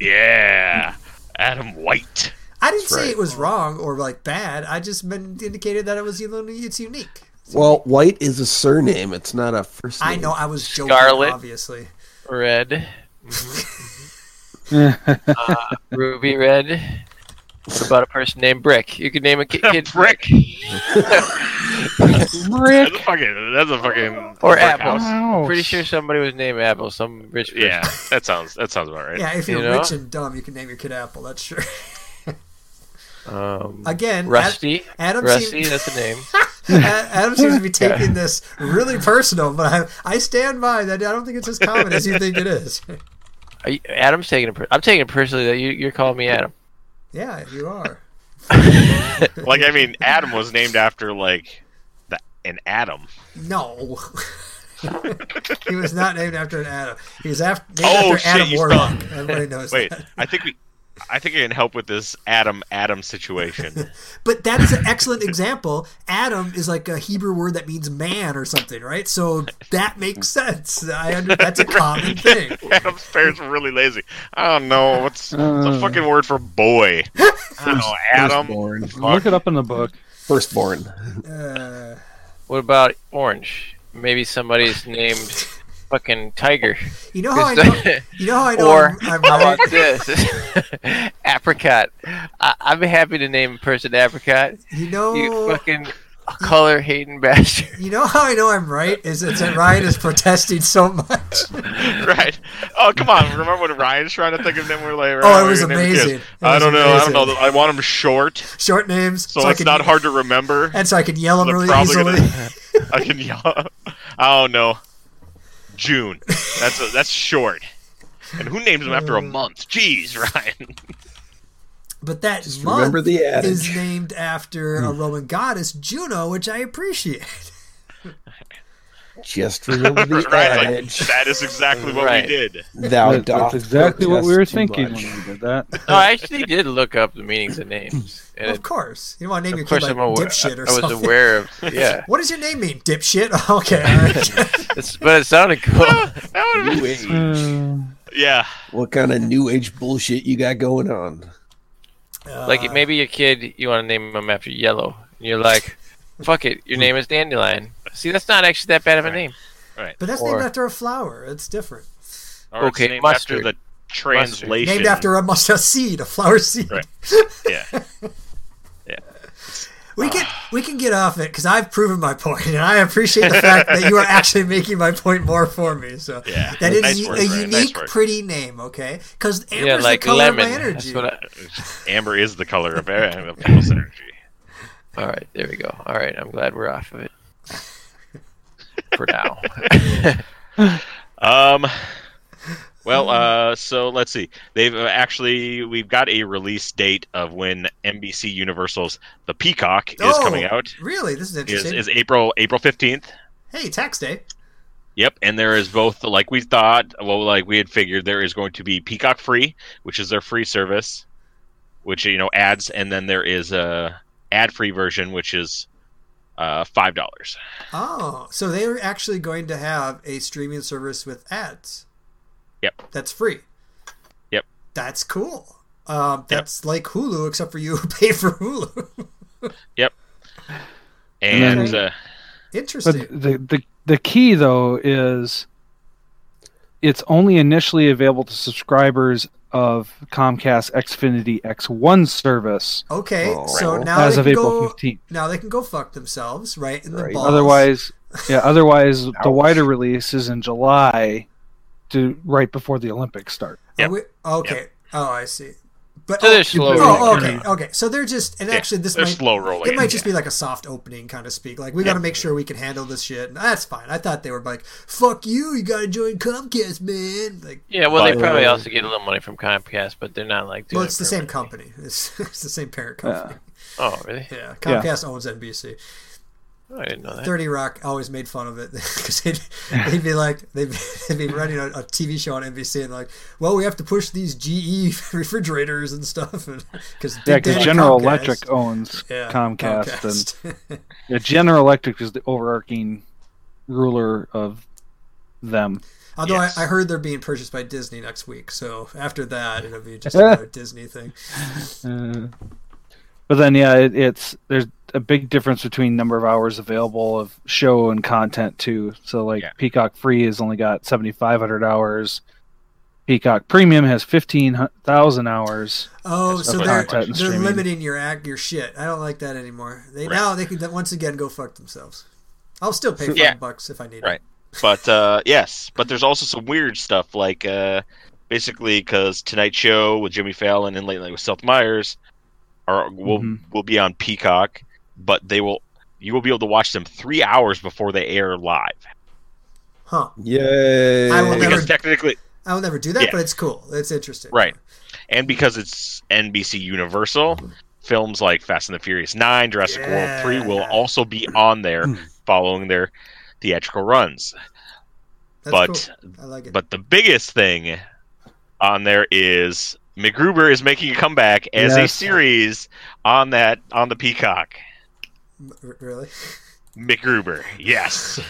S5: Yeah. Adam White.
S2: I didn't say
S3: right.
S2: it was wrong or like bad. I just been indicated that it was it's unique.
S3: Well, White is a surname. It's not a first name.
S2: I know I was joking,
S6: Scarlet.
S2: obviously.
S6: Red, uh, Ruby Red. What about a person named Brick? You could name a ki- kid
S5: Brick.
S6: Brick,
S5: That's a fucking. That's a fucking.
S6: or
S5: brick house.
S6: Apples.
S4: Oh,
S6: I'm pretty sure somebody was named Apple. Some rich person.
S5: Yeah, that sounds. That sounds about right.
S2: Yeah, if you're
S6: You know?
S2: rich and dumb, you can name your kid Apple. That's sure.
S6: Um,
S2: Again, Ad-
S6: Rusty.
S2: Adam
S6: Rusty,
S2: seems-
S6: that's a name.
S2: A- Adam seems to be taking this really personal, but I, I stand by that. I don't think it's as common as you think it is.
S6: Are you, Adam's taking it. Per- I'm taking it personally that you you're calling me Adam.
S2: Yeah, you are.
S5: Like I mean, Adam was named after like the, an Adam.
S2: No. he was not named after an Adam. He was af- named
S5: Oh,
S2: after
S5: shit,
S2: Adam
S5: you
S2: Warlock. Everybody knows
S5: Wait,
S2: that.
S5: I think we. I think I can help with this Adam Adam situation.
S2: But that is an excellent example. Adam is like a Hebrew word that means man or something, right? So that makes sense. I under- That's a common thing.
S5: Adam's parents were really lazy. I don't know what's the fucking word for boy. I don't know, Adam.
S3: Firstborn.
S4: Look it up in the book.
S3: Firstborn.
S2: Uh,
S6: What about Orange? Maybe somebody's named fucking tiger.
S2: You know how Oh, I know. You know how I know.
S6: Or-
S2: I'm,
S6: How
S2: I'm right.
S6: about this? apricot. I- I'm happy to name a person apricot.
S2: You know.
S6: You fucking color hating bastard.
S2: You know how I know I'm right is it's that Ryan is protesting so much.
S5: right. Oh, come on. Remember when Ryan's trying to think of them? We're like,
S2: Oh,
S5: "Ryan,
S2: it was
S5: your name is
S2: amazing.
S5: Kiss."
S2: It
S5: I
S2: was
S5: don't know. I
S2: amazing.
S5: don't know. I want them short,
S2: Short names,
S5: so,
S2: I
S5: it's
S2: can-
S5: not hard to remember.
S2: and so I can yell them
S5: They're
S2: really
S5: probably
S2: easily.
S5: gonna- I can yell. I don't know. June. That's a, that's short. And who names them after
S6: Mm.
S5: a month? Jeez, Ryan.
S2: But that month
S3: Remember the
S2: is
S3: adage. Hmm.
S2: named after a Roman goddess, Juno, which I appreciate.
S3: Just remember the
S5: Ryan's
S3: adage.
S5: like, that is exactly what
S6: Right.
S5: we did.
S3: Thou
S4: That-
S3: doth
S4: that's exactly what we were
S3: protest too
S4: thinking
S3: much.
S4: when we did that.
S6: No, Oh, I actually did look up the meanings of names. And
S2: Of
S6: it,
S2: course. You don't want to name
S6: of
S2: your
S6: course,
S2: kid like
S6: I'm aware. I,
S2: dipshit or
S6: I was
S2: something.
S6: aware of. Yeah.
S2: What does your name mean? Dipshit? Okay. all right.
S6: It's, but it sounded cool.
S5: That would've been-
S3: New age.
S4: Uh,
S5: yeah.
S3: What kind of new age bullshit you got going on?
S6: Like maybe your kid, you want to name him after Yellow, and you're like, "Fuck it, your name is Dandelion." See, that's not actually that bad of a name.
S2: but that's
S6: or-
S2: named after a flower. It's different.
S5: Or it's
S6: Okay,
S5: named
S6: mustard.
S5: after the translation.
S2: Named after a mustard seed, a flower seed.
S5: Right. Yeah.
S2: We can
S5: Ah.
S2: we can get off it because I've proven my point, and I appreciate the fact that you are actually making my point more for me. So
S5: Yeah.
S2: that is
S5: Nice
S2: u-
S5: work,
S2: a
S5: Ryan.
S2: unique,
S5: Nice work.
S2: pretty name. Okay, because amber's
S6: yeah, like
S2: the color
S6: lemon.
S2: of my energy.
S6: That's what I,
S5: Amber is the color of, of people's energy.
S6: All right, there we go. All right, I'm glad we're off of it for now.
S5: Um. Well, uh, so let's see. They've uh, actually we've got a release date of when NBC Universal's The Peacock is
S2: Oh,
S5: coming out.
S2: Really, this is
S5: Is,
S2: interesting.
S5: is April April fifteenth?
S2: hey, tax day.
S5: Yep, and there is both like we thought, well, like we had figured there is going to be Peacock Free, which is their free service, which you know ads, and then there is a ad free version, which is uh, five dollars.
S2: Oh, so they are actually going to have a streaming service with ads.
S5: Yep.
S2: That's free.
S5: Yep.
S2: That's cool. Um, that's like Hulu, except for you pay for Hulu.
S5: And
S2: Okay.
S5: uh,
S2: interesting.
S4: but the, the the key though is it's only initially available to subscribers of Comcast Xfinity X1 service
S2: okay,
S3: Oh.
S2: so
S3: Right.
S2: now
S4: as
S2: they
S4: of
S2: can
S4: April
S2: go.
S4: 15th.
S2: Now they can go fuck themselves, right? In the
S3: Right.
S2: balls.
S4: Otherwise, yeah, otherwise the
S3: Ouch.
S4: wider release is in July to right before the Olympics start.
S2: Are
S5: Yep.
S2: we- okay. Oh, I see. But
S6: So
S2: oh,
S6: they're slow.
S2: oh,
S4: rolling.
S2: okay, okay. So they're just, and
S5: Yeah,
S2: actually, this
S5: they're
S2: might
S5: slow rolling
S2: It might
S5: it,
S2: just be like a soft opening, kind of speak. Like we
S5: Yeah.
S2: got to make sure we can handle this shit, and that's fine. I thought they were like, "Fuck you, you got to join Comcast, man." Like,
S6: Yeah, well, they
S5: But-
S6: probably also get a little money from Comcast, but they're not like. Doing
S2: well, it's
S6: it
S2: the same
S6: permanently.
S2: company. It's, it's the same parent company.
S6: Oh, really?
S2: Yeah, Comcast owns NBC.
S6: Oh, I didn't know that.
S2: Thirty Rock always made fun of it because they'd, they'd be like they'd, be- they'd be running a, a TV show on NBC and like, well, we have to push these GE refrigerators and stuff, and because
S4: Yeah, because General Electric owns
S2: Yeah,
S4: Comcast, and yeah, General Electric is the overarching ruler of them.
S2: Although
S5: Yes.
S2: I, I heard they're being purchased by Disney next week, so after that it'll be just another Disney thing.
S4: Uh, but then, yeah, it, it's there's a big difference between number of hours available of show and content too. So like
S5: Yeah.
S4: Peacock Free has only got 7,500 hours. Peacock Premium has 15,000 hours.
S2: Oh,
S5: That's
S2: so
S5: what
S2: they're
S5: content
S2: they're
S4: and streaming.
S2: limiting your act your shit. I don't like that anymore. They
S5: Right.
S2: now they can once again go fuck themselves. I'll still pay five
S5: Yeah.
S2: bucks if I need
S5: Right. but uh, yes, but there's also some weird stuff like uh, basically because Tonight Show with Jimmy Fallon and Late Night with Seth Meyers are will
S4: Mhm.
S5: will be on Peacock, but they will you will be able to watch them three hours before they air live
S2: it. Huh.
S3: Yay!
S2: I will never-
S5: because technically
S2: I will never do that,
S5: Yeah.
S2: but it's cool. It's interesting.
S5: Right. and because it's NBC Universal films like Fast and the Furious Nine, Jurassic World Three will
S2: Yeah.
S5: also be on there following their theatrical runs,
S2: That's
S5: but.
S2: cool. I like it.
S5: But the biggest thing on there is McGruber is making a comeback as a
S4: Yes.
S5: series on that on the Peacock.
S2: R- really.
S5: McGruber, yes.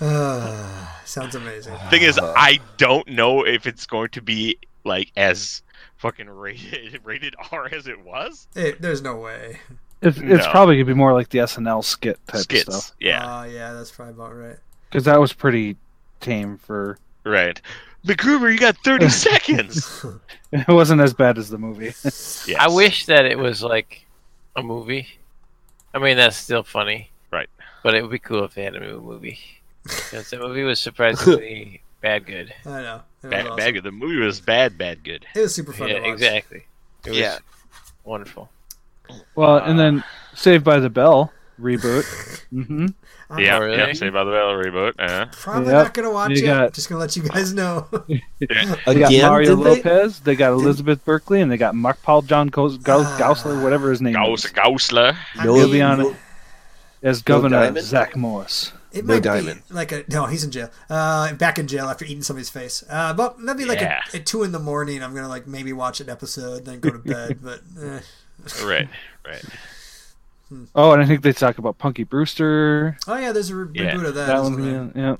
S2: Uh, sounds amazing.
S5: thing is,
S4: Uh-huh.
S5: I don't know if it's going to be like as fucking rated rated R as it was.
S2: Hey, there's no way.
S4: It's, it's
S5: No.
S4: probably gonna be more like the SNL skit type of
S5: Skits,
S4: stuff
S5: yeah,
S2: Uh, yeah, that's Ah, probably about right.
S4: because that was pretty tame for.
S5: Right. McGruber, you got 30 seconds.
S4: It wasn't as bad as the movie.
S5: Yes.
S6: I wish that it was like a movie. I mean, that's still funny.
S5: Right.
S6: But it would be cool if they had a mo- movie. Because that movie was surprisingly bad good.
S2: I know. It was,
S5: Bad,
S2: awesome.
S5: bad good. The movie was bad, bad good.
S2: It was super fun
S6: yeah,
S2: to watch.
S6: exactly. It was
S5: Yeah.
S6: wonderful.
S4: Well, and then
S5: Ah.
S4: Saved by the Bell reboot. hmm
S2: I'm
S5: Yeah,
S6: Oh, really?
S5: yeah. Saved by the Bell reboot. Uh,
S2: Probably
S4: Yep.
S2: not gonna watch
S4: You
S2: it.
S4: got-
S2: Just gonna let you guys know.
S4: They got
S3: Again,
S4: Mario
S3: did they?
S4: Lopez. They, got Elizabeth Berkley, and they got Mukpal John Gous- Gous-
S2: Ah.
S4: Gousler, whatever his name
S5: Gauss,
S4: is,
S5: Gaussler.
S3: No,
S4: He'll be on
S3: no-
S4: it. as governor of
S3: Diamond?
S4: Zach Morris.
S2: It
S3: No
S2: might
S3: diamond.
S2: be like a no. He's in jail. Uh, back in jail after eating somebody's face. Uh, but maybe like
S5: Yeah.
S2: at two in the morning. I'm gonna like maybe watch an episode, then go to bed. but eh.
S5: Right, right.
S4: Oh, and I think they talk about Punky Brewster.
S2: oh yeah, there's a re-
S5: Yeah.
S2: reboot of that.
S4: That
S2: isn't there?
S4: one, yeah, yeah.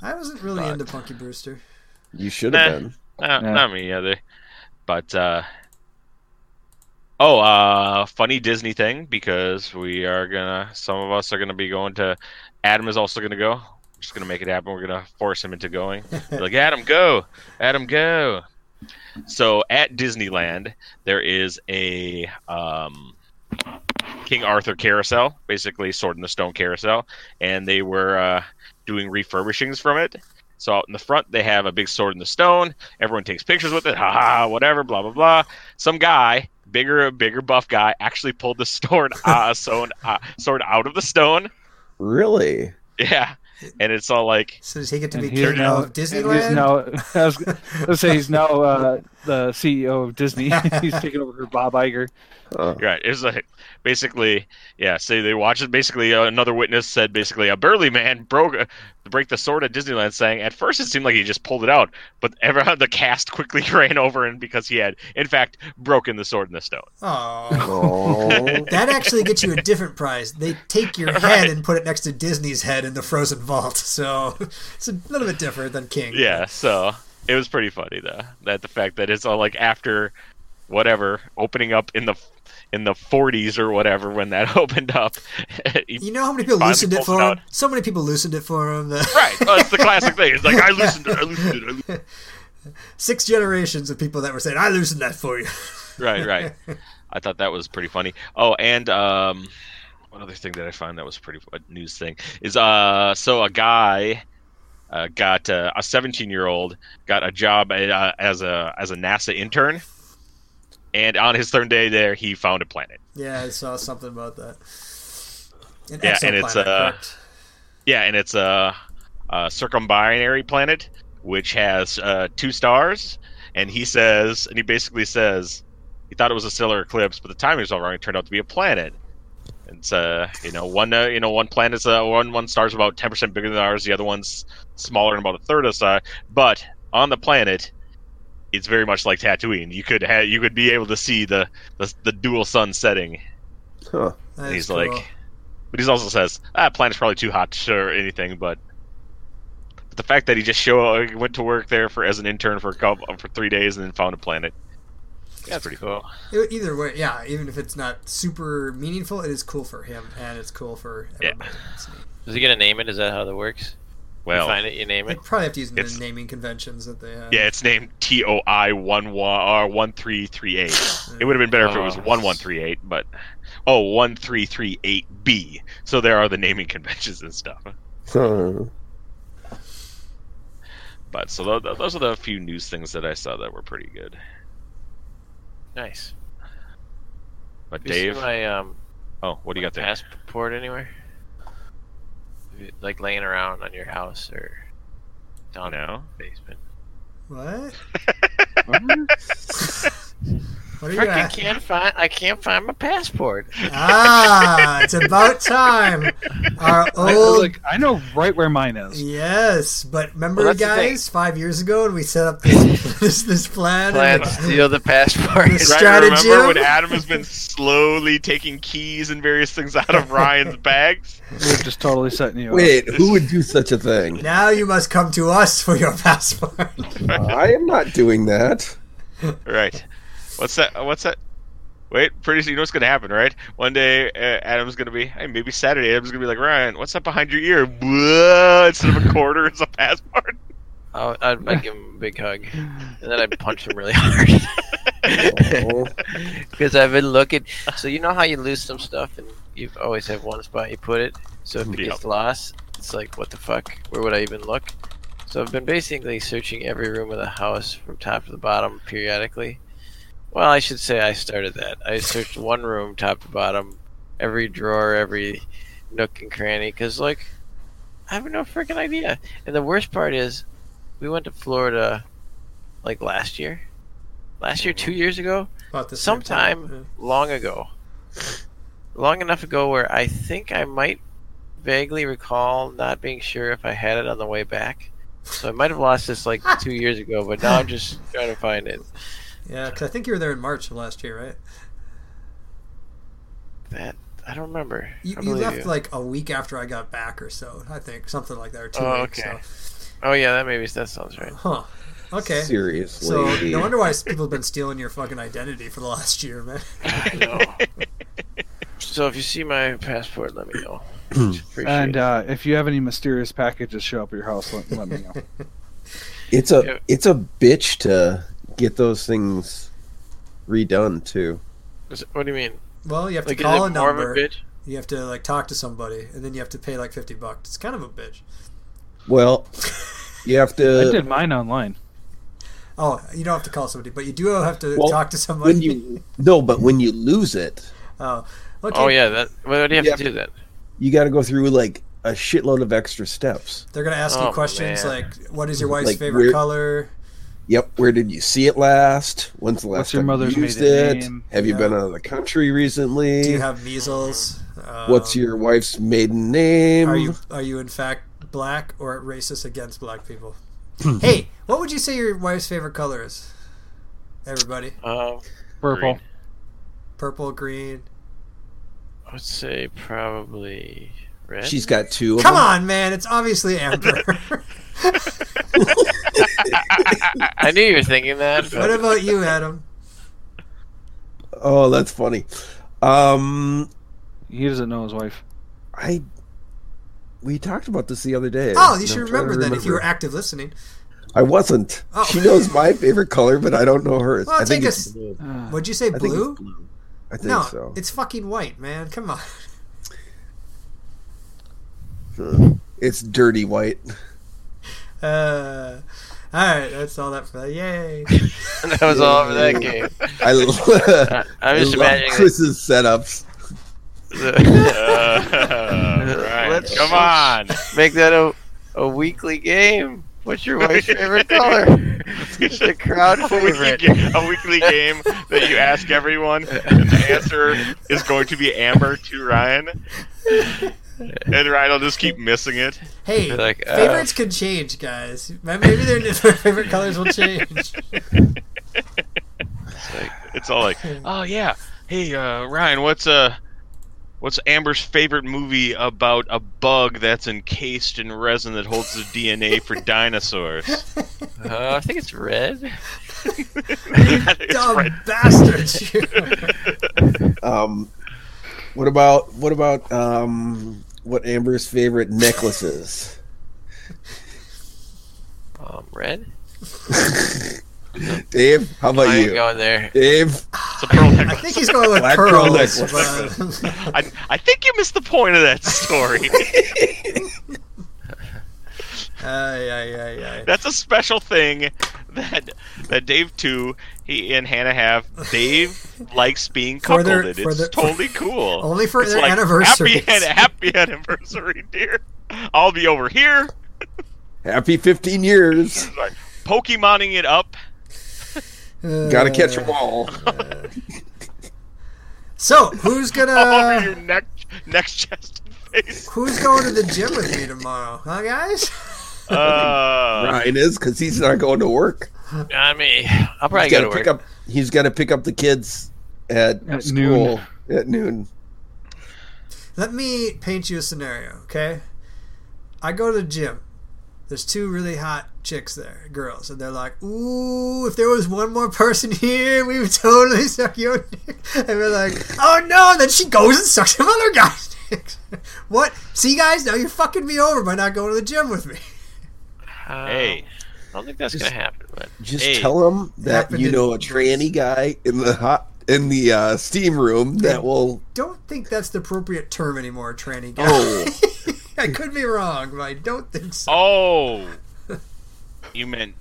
S2: I wasn't really
S3: Fuck.
S2: into Punky Brewster.
S3: You should
S5: Nah.
S3: have been.
S5: Not,
S4: Yeah.
S5: not me either. But uh oh, uh funny Disney thing because we are gonna some of us are gonna be going to Adam is also gonna go. We're just gonna make it happen. We're gonna force him into going. Be like Adam, go, Adam, go. So at Disneyland there is a um, King Arthur carousel, basically Sword in the Stone carousel, and they were uh, doing refurbishings from it. So out in the front they have a big Sword in the Stone. Everyone takes pictures with it. Ha ha, whatever, blah blah blah. Some guy, bigger bigger buff guy, actually pulled the sword uh, stone, uh, sword out of the stone.
S3: Really?
S5: Yeah, and it's all like
S2: So does he get to
S4: And
S2: be
S4: he's
S2: king
S4: now-
S2: of
S4: He's
S2: Disneyland?
S4: now, I was gonna say he's now uh, the CEO of Disney. he's taking over for Bob Iger.
S3: Huh.
S5: Right. It was like basically, yeah. So they watched it. Basically, uh, another witness said basically a burly man broke uh, break the sword at Disneyland, saying at first it seemed like he just pulled it out, but everyone the cast quickly ran over and because he had in fact broken the sword in the stone.
S2: Oh.
S3: Oh.
S2: That actually gets you a different prize. They take your head and put it next to Disney's head in the frozen vault. So it's a little bit different than King.
S5: Yeah. So it was pretty funny though that the fact that it's all like after whatever opening up in the in the 40s or whatever when that opened up. he-
S2: You know how many people
S5: Finally
S2: loosened it
S5: pulls
S2: for
S5: it
S2: him?
S5: out.
S2: So many people loosened it for him. that-
S5: Right, well, it's the classic thing. It's like I loosened it, I loosened it, I loosened it.
S2: Six generations of people that were saying, I loosened that for you.
S5: right, right. I thought that was pretty funny. Oh, and um, one other thing that I found that was pretty a news thing is uh, so a guy uh, got uh, a 17 year old got a job uh, as a as a NASA intern, and on his third day there, he found a planet.
S2: Yeah, I saw something about that. An
S5: Yeah, and it's,
S2: exoplanet,
S5: uh,
S2: correct?
S5: Yeah, and it's a, a circumbinary planet which has uh, two stars. And he says, and he basically says, he thought it was a stellar eclipse, but the timing was all wrong. It turned out to be a planet. It's uh, you know, one uh, you know, one planet's uh, one one star's about ten percent bigger than ours. The other one's smaller and about a third of the size. But on the planet, it's very much like Tatooine. You could ha- you could be able to see the the, the dual sun setting
S3: Huh.
S2: That
S5: and
S2: is
S5: he's
S2: cool.
S5: like, but he also says, "Ah, planet's probably too hot or anything." But, but the fact that he just show he went to work there for as an intern for a couple um, for three days and then found a planet.
S6: That's
S5: pretty
S6: cool.
S2: E- either way, yeah, even if it's not super meaningful, it is cool for him and it's cool for
S5: Yeah.
S2: everybody. It's neat.
S6: Is he going to name it? Is that how that works?
S5: Well,
S6: you find it, you name
S2: They
S6: it.
S2: probably have to use the
S5: It's-
S2: naming conventions that they have.
S5: yeah, it's named T O I one one R one three three eight. It would have been better if it was
S6: Oh.
S5: one one three eight, but oh one three three eight B. So there are the naming conventions and stuff.
S3: Huh.
S5: But so tho- tho- those are the few news things that I saw that were pretty good.
S6: Nice.
S5: But
S6: Have you seen
S5: Dave,
S6: my um,
S5: oh, what do you got there?
S6: passport anywhere? Like laying around on your house or down in
S5: No.
S6: the basement.
S2: What?
S4: What?
S2: What are you
S6: Frickin'
S2: at?
S6: can't find. I can't find my passport.
S2: Ah, it's about time. Our
S4: I was
S2: old
S4: like, I know right where mine is.
S2: yes, but remember,
S6: Well, that's the
S2: guys, five years ago, and we set up this this, this plan.
S6: Plan
S2: and-
S6: to steal the passport.
S2: This-
S5: Right, I
S2: Stratagem?
S5: remember when Adam has been slowly taking keys and various things out of Ryan's bags?
S4: We're just totally setting you up.
S3: Wait, who would do such a thing?
S2: now you must come to us for your passport.
S6: Uh-huh.
S3: I am not doing that.
S5: Right. What's that? What's that? Wait, pretty soon you know what's gonna happen, right? One day, uh, Adam's gonna be, hey, maybe Saturday, Adam's gonna be like, Ryan, what's up behind your ear? Blah, instead of a quarter, it's a passport.
S6: I'll, I'd, I'd give him a big hug, and then I'd punch him really hard
S3: Oh,
S6: because I've been looking. So you know how you lose some stuff, and you always have one spot you put it. So if it
S5: Yep.
S6: gets lost, it's like, what the fuck? Where would I even look? So I've been basically searching every room of the house from top to the bottom periodically. Well, I should say I started that. I searched one room top to bottom, every drawer, every nook and cranny, because like I have no freaking idea. And the worst part is, we went to Florida like last year, last year, two years ago,
S2: About this same time.
S6: sometime long ago. Long enough ago where I think I might vaguely recall not being sure if I had it on the way back. So I might have lost this like two years ago, but now I'm just trying to find it.
S2: Yeah, because I think you were there in March of last year, right?
S6: That I don't remember.
S2: You,
S6: I
S2: you
S6: believe
S2: left
S6: you.
S2: like a week after I got back or so, I think. Something like that, or two
S6: Oh,
S2: weeks.
S6: okay.
S2: So.
S6: oh yeah, that maybe that sounds right.
S2: Huh. Okay.
S3: Seriously.
S2: So no wonder why people have been stealing your fucking identity for the last year, man.
S6: I know. so if you see my passport, let me know. Appreciate
S4: And
S6: it.
S4: uh, if you have any mysterious packages show up at your house, let, let me know.
S3: It's a
S6: Yeah.
S3: it's a bitch to get those things redone too.
S6: Is- what do you mean?
S2: Well, you have to
S6: Like is
S2: call a
S6: it more of
S2: number.
S6: a bitch?
S2: You have to like talk to somebody, and then you have to pay like fifty bucks. It's kind of a bitch.
S3: Well, you have
S4: I
S3: to
S4: did mine online.
S2: Oh, you don't have to call somebody, but you do have to
S3: Well,
S2: talk to somebody.
S3: when you no, but when you lose it,
S2: Oh, okay.
S6: Oh yeah, that. What do you have
S3: Yeah.
S6: to do then?
S3: you got to go through like a shitload of extra steps.
S2: They're gonna ask you
S6: Oh,
S2: questions
S6: man.
S2: like, "What is your wife's
S3: Like,
S2: favorite
S3: where-
S2: color?"
S3: Yep, where did you see it last? When's the last
S4: your
S3: time
S4: mother's
S3: you used
S4: maiden
S3: it?
S4: name?
S3: Have you
S2: Yeah.
S3: been out of the country recently?
S2: Do you have measles? Um,
S3: What's your wife's maiden name?
S2: Are you are you in fact black or racist against black people? hey, what would you say your wife's favorite color is? Everybody,
S6: Um,
S4: Purple.
S5: Green.
S2: purple, green.
S6: I would say probably red.
S3: She's got two. Of
S2: Come
S3: them.
S2: on, man! It's obviously amber.
S6: I knew you were thinking that.
S2: what
S6: But
S2: about you, Adam?
S3: Oh, that's funny. Um,
S4: He doesn't know his wife.
S3: I we talked about this the other day.
S2: Oh, you
S3: and
S2: should
S3: I'm trying to
S2: remember that if you were
S3: remember.
S2: active listening.
S3: I wasn't.
S2: Oh.
S3: She knows my favorite color, but I don't know hers.
S2: Well,
S3: I think
S2: take
S3: it's
S2: a-
S3: blue.
S4: Uh,
S2: Would you say
S3: I think
S2: blue?
S3: it's blue. I think
S2: No,
S3: so.
S2: it's fucking white, man. Come on.
S3: Uh, it's dirty white.
S2: Uh, all right, that's all that for that. Yay!
S6: that was all over that game.
S3: I,
S6: I,
S3: love
S6: I'm just imagining.
S3: Chris's setups.
S6: that-
S5: Uh, Ryan,
S6: Let's-
S5: come on.
S6: make that a, a weekly game. What's your wife's favorite color? It's the crowd
S5: a weekly,
S6: favorite.
S5: game, a weekly game that you ask everyone, and the answer is going to be Amber to Ryan. And Ryan will just keep missing it.
S2: Hey,
S6: Like, uh,
S2: favorites can change, guys. Maybe their new- favorite colors will change.
S5: It's all like, oh yeah, hey uh, Ryan, what's uh, what's Amber's favorite movie about a bug that's encased in resin that holds the DNA for dinosaurs?
S6: Uh, I think it's red.
S5: It's
S2: Dumb
S5: right.
S2: bastards! you.
S3: Um, what about what about um, what Amber's favorite necklaces?
S6: Um, red.
S3: Dave, how about
S6: I ain't
S3: you?
S6: going there.
S3: Dave,
S5: It's a pearl
S2: I
S5: necklace.
S2: think he's going with
S3: Black pearl
S2: pearls.
S3: necklace.
S2: but-
S5: I, I think you missed the point of that story.
S2: Ay, ay, ay, ay.
S5: That's a special thing that that Dave two he and Hannah have. Dave likes being
S2: For their-
S5: cuckolded.
S2: for
S5: it's
S2: their-
S5: totally cool.
S2: Only for
S5: It's
S2: their
S5: like,
S2: anniversaries.
S5: Happy, an- happy anniversary, dear. I'll be over here,
S3: happy 15 years.
S5: like, Pokemoning it up.
S3: Gotta catch
S2: Uh,
S3: them all.
S2: So, who's
S5: all over your
S2: gonna
S5: neck, neck, chest, and face.
S2: who's going to the gym with me tomorrow, huh, guys?
S5: Uh,
S3: Ryan is because he's not going to work.
S6: I mean, I'll probably
S3: He's
S6: go
S3: got
S6: to
S3: to
S6: work.
S3: pick up. He's got to pick up the kids at,
S4: At
S3: school at noon.
S2: Let me paint you a scenario, okay? I go to the gym. There's two really hot chicks there, girls, and they're like, "Ooh, if there was one more person here, we would totally suck your dick." And we're like, "Oh no!" And then she goes and sucks some other guy's dick. what? See, guys, now you're fucking me over by not going to the gym with me.
S6: Um,
S5: Hey.
S6: I don't think that's
S3: Just-
S6: gonna happen. But
S3: Just
S5: Hey.
S3: tell him that
S2: Happened
S3: you
S2: in-
S3: know a tranny guy in the hot in the uh, steam room that will.
S2: Don't think that's the appropriate term anymore, tranny guy.
S3: Oh,
S2: I could be wrong, but I don't think so.
S5: Oh, you meant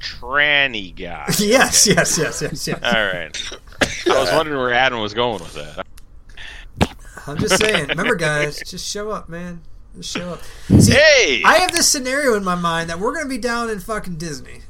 S5: tranny guy.
S2: Yes, yes, yes, yes, yes.
S5: All right. I was wondering where Adam was going with that.
S2: I'm just saying. Remember, guys, just show up, man. Just show up. See,
S5: Hey,
S2: I have this scenario in my mind that we're gonna be down in fucking Disney.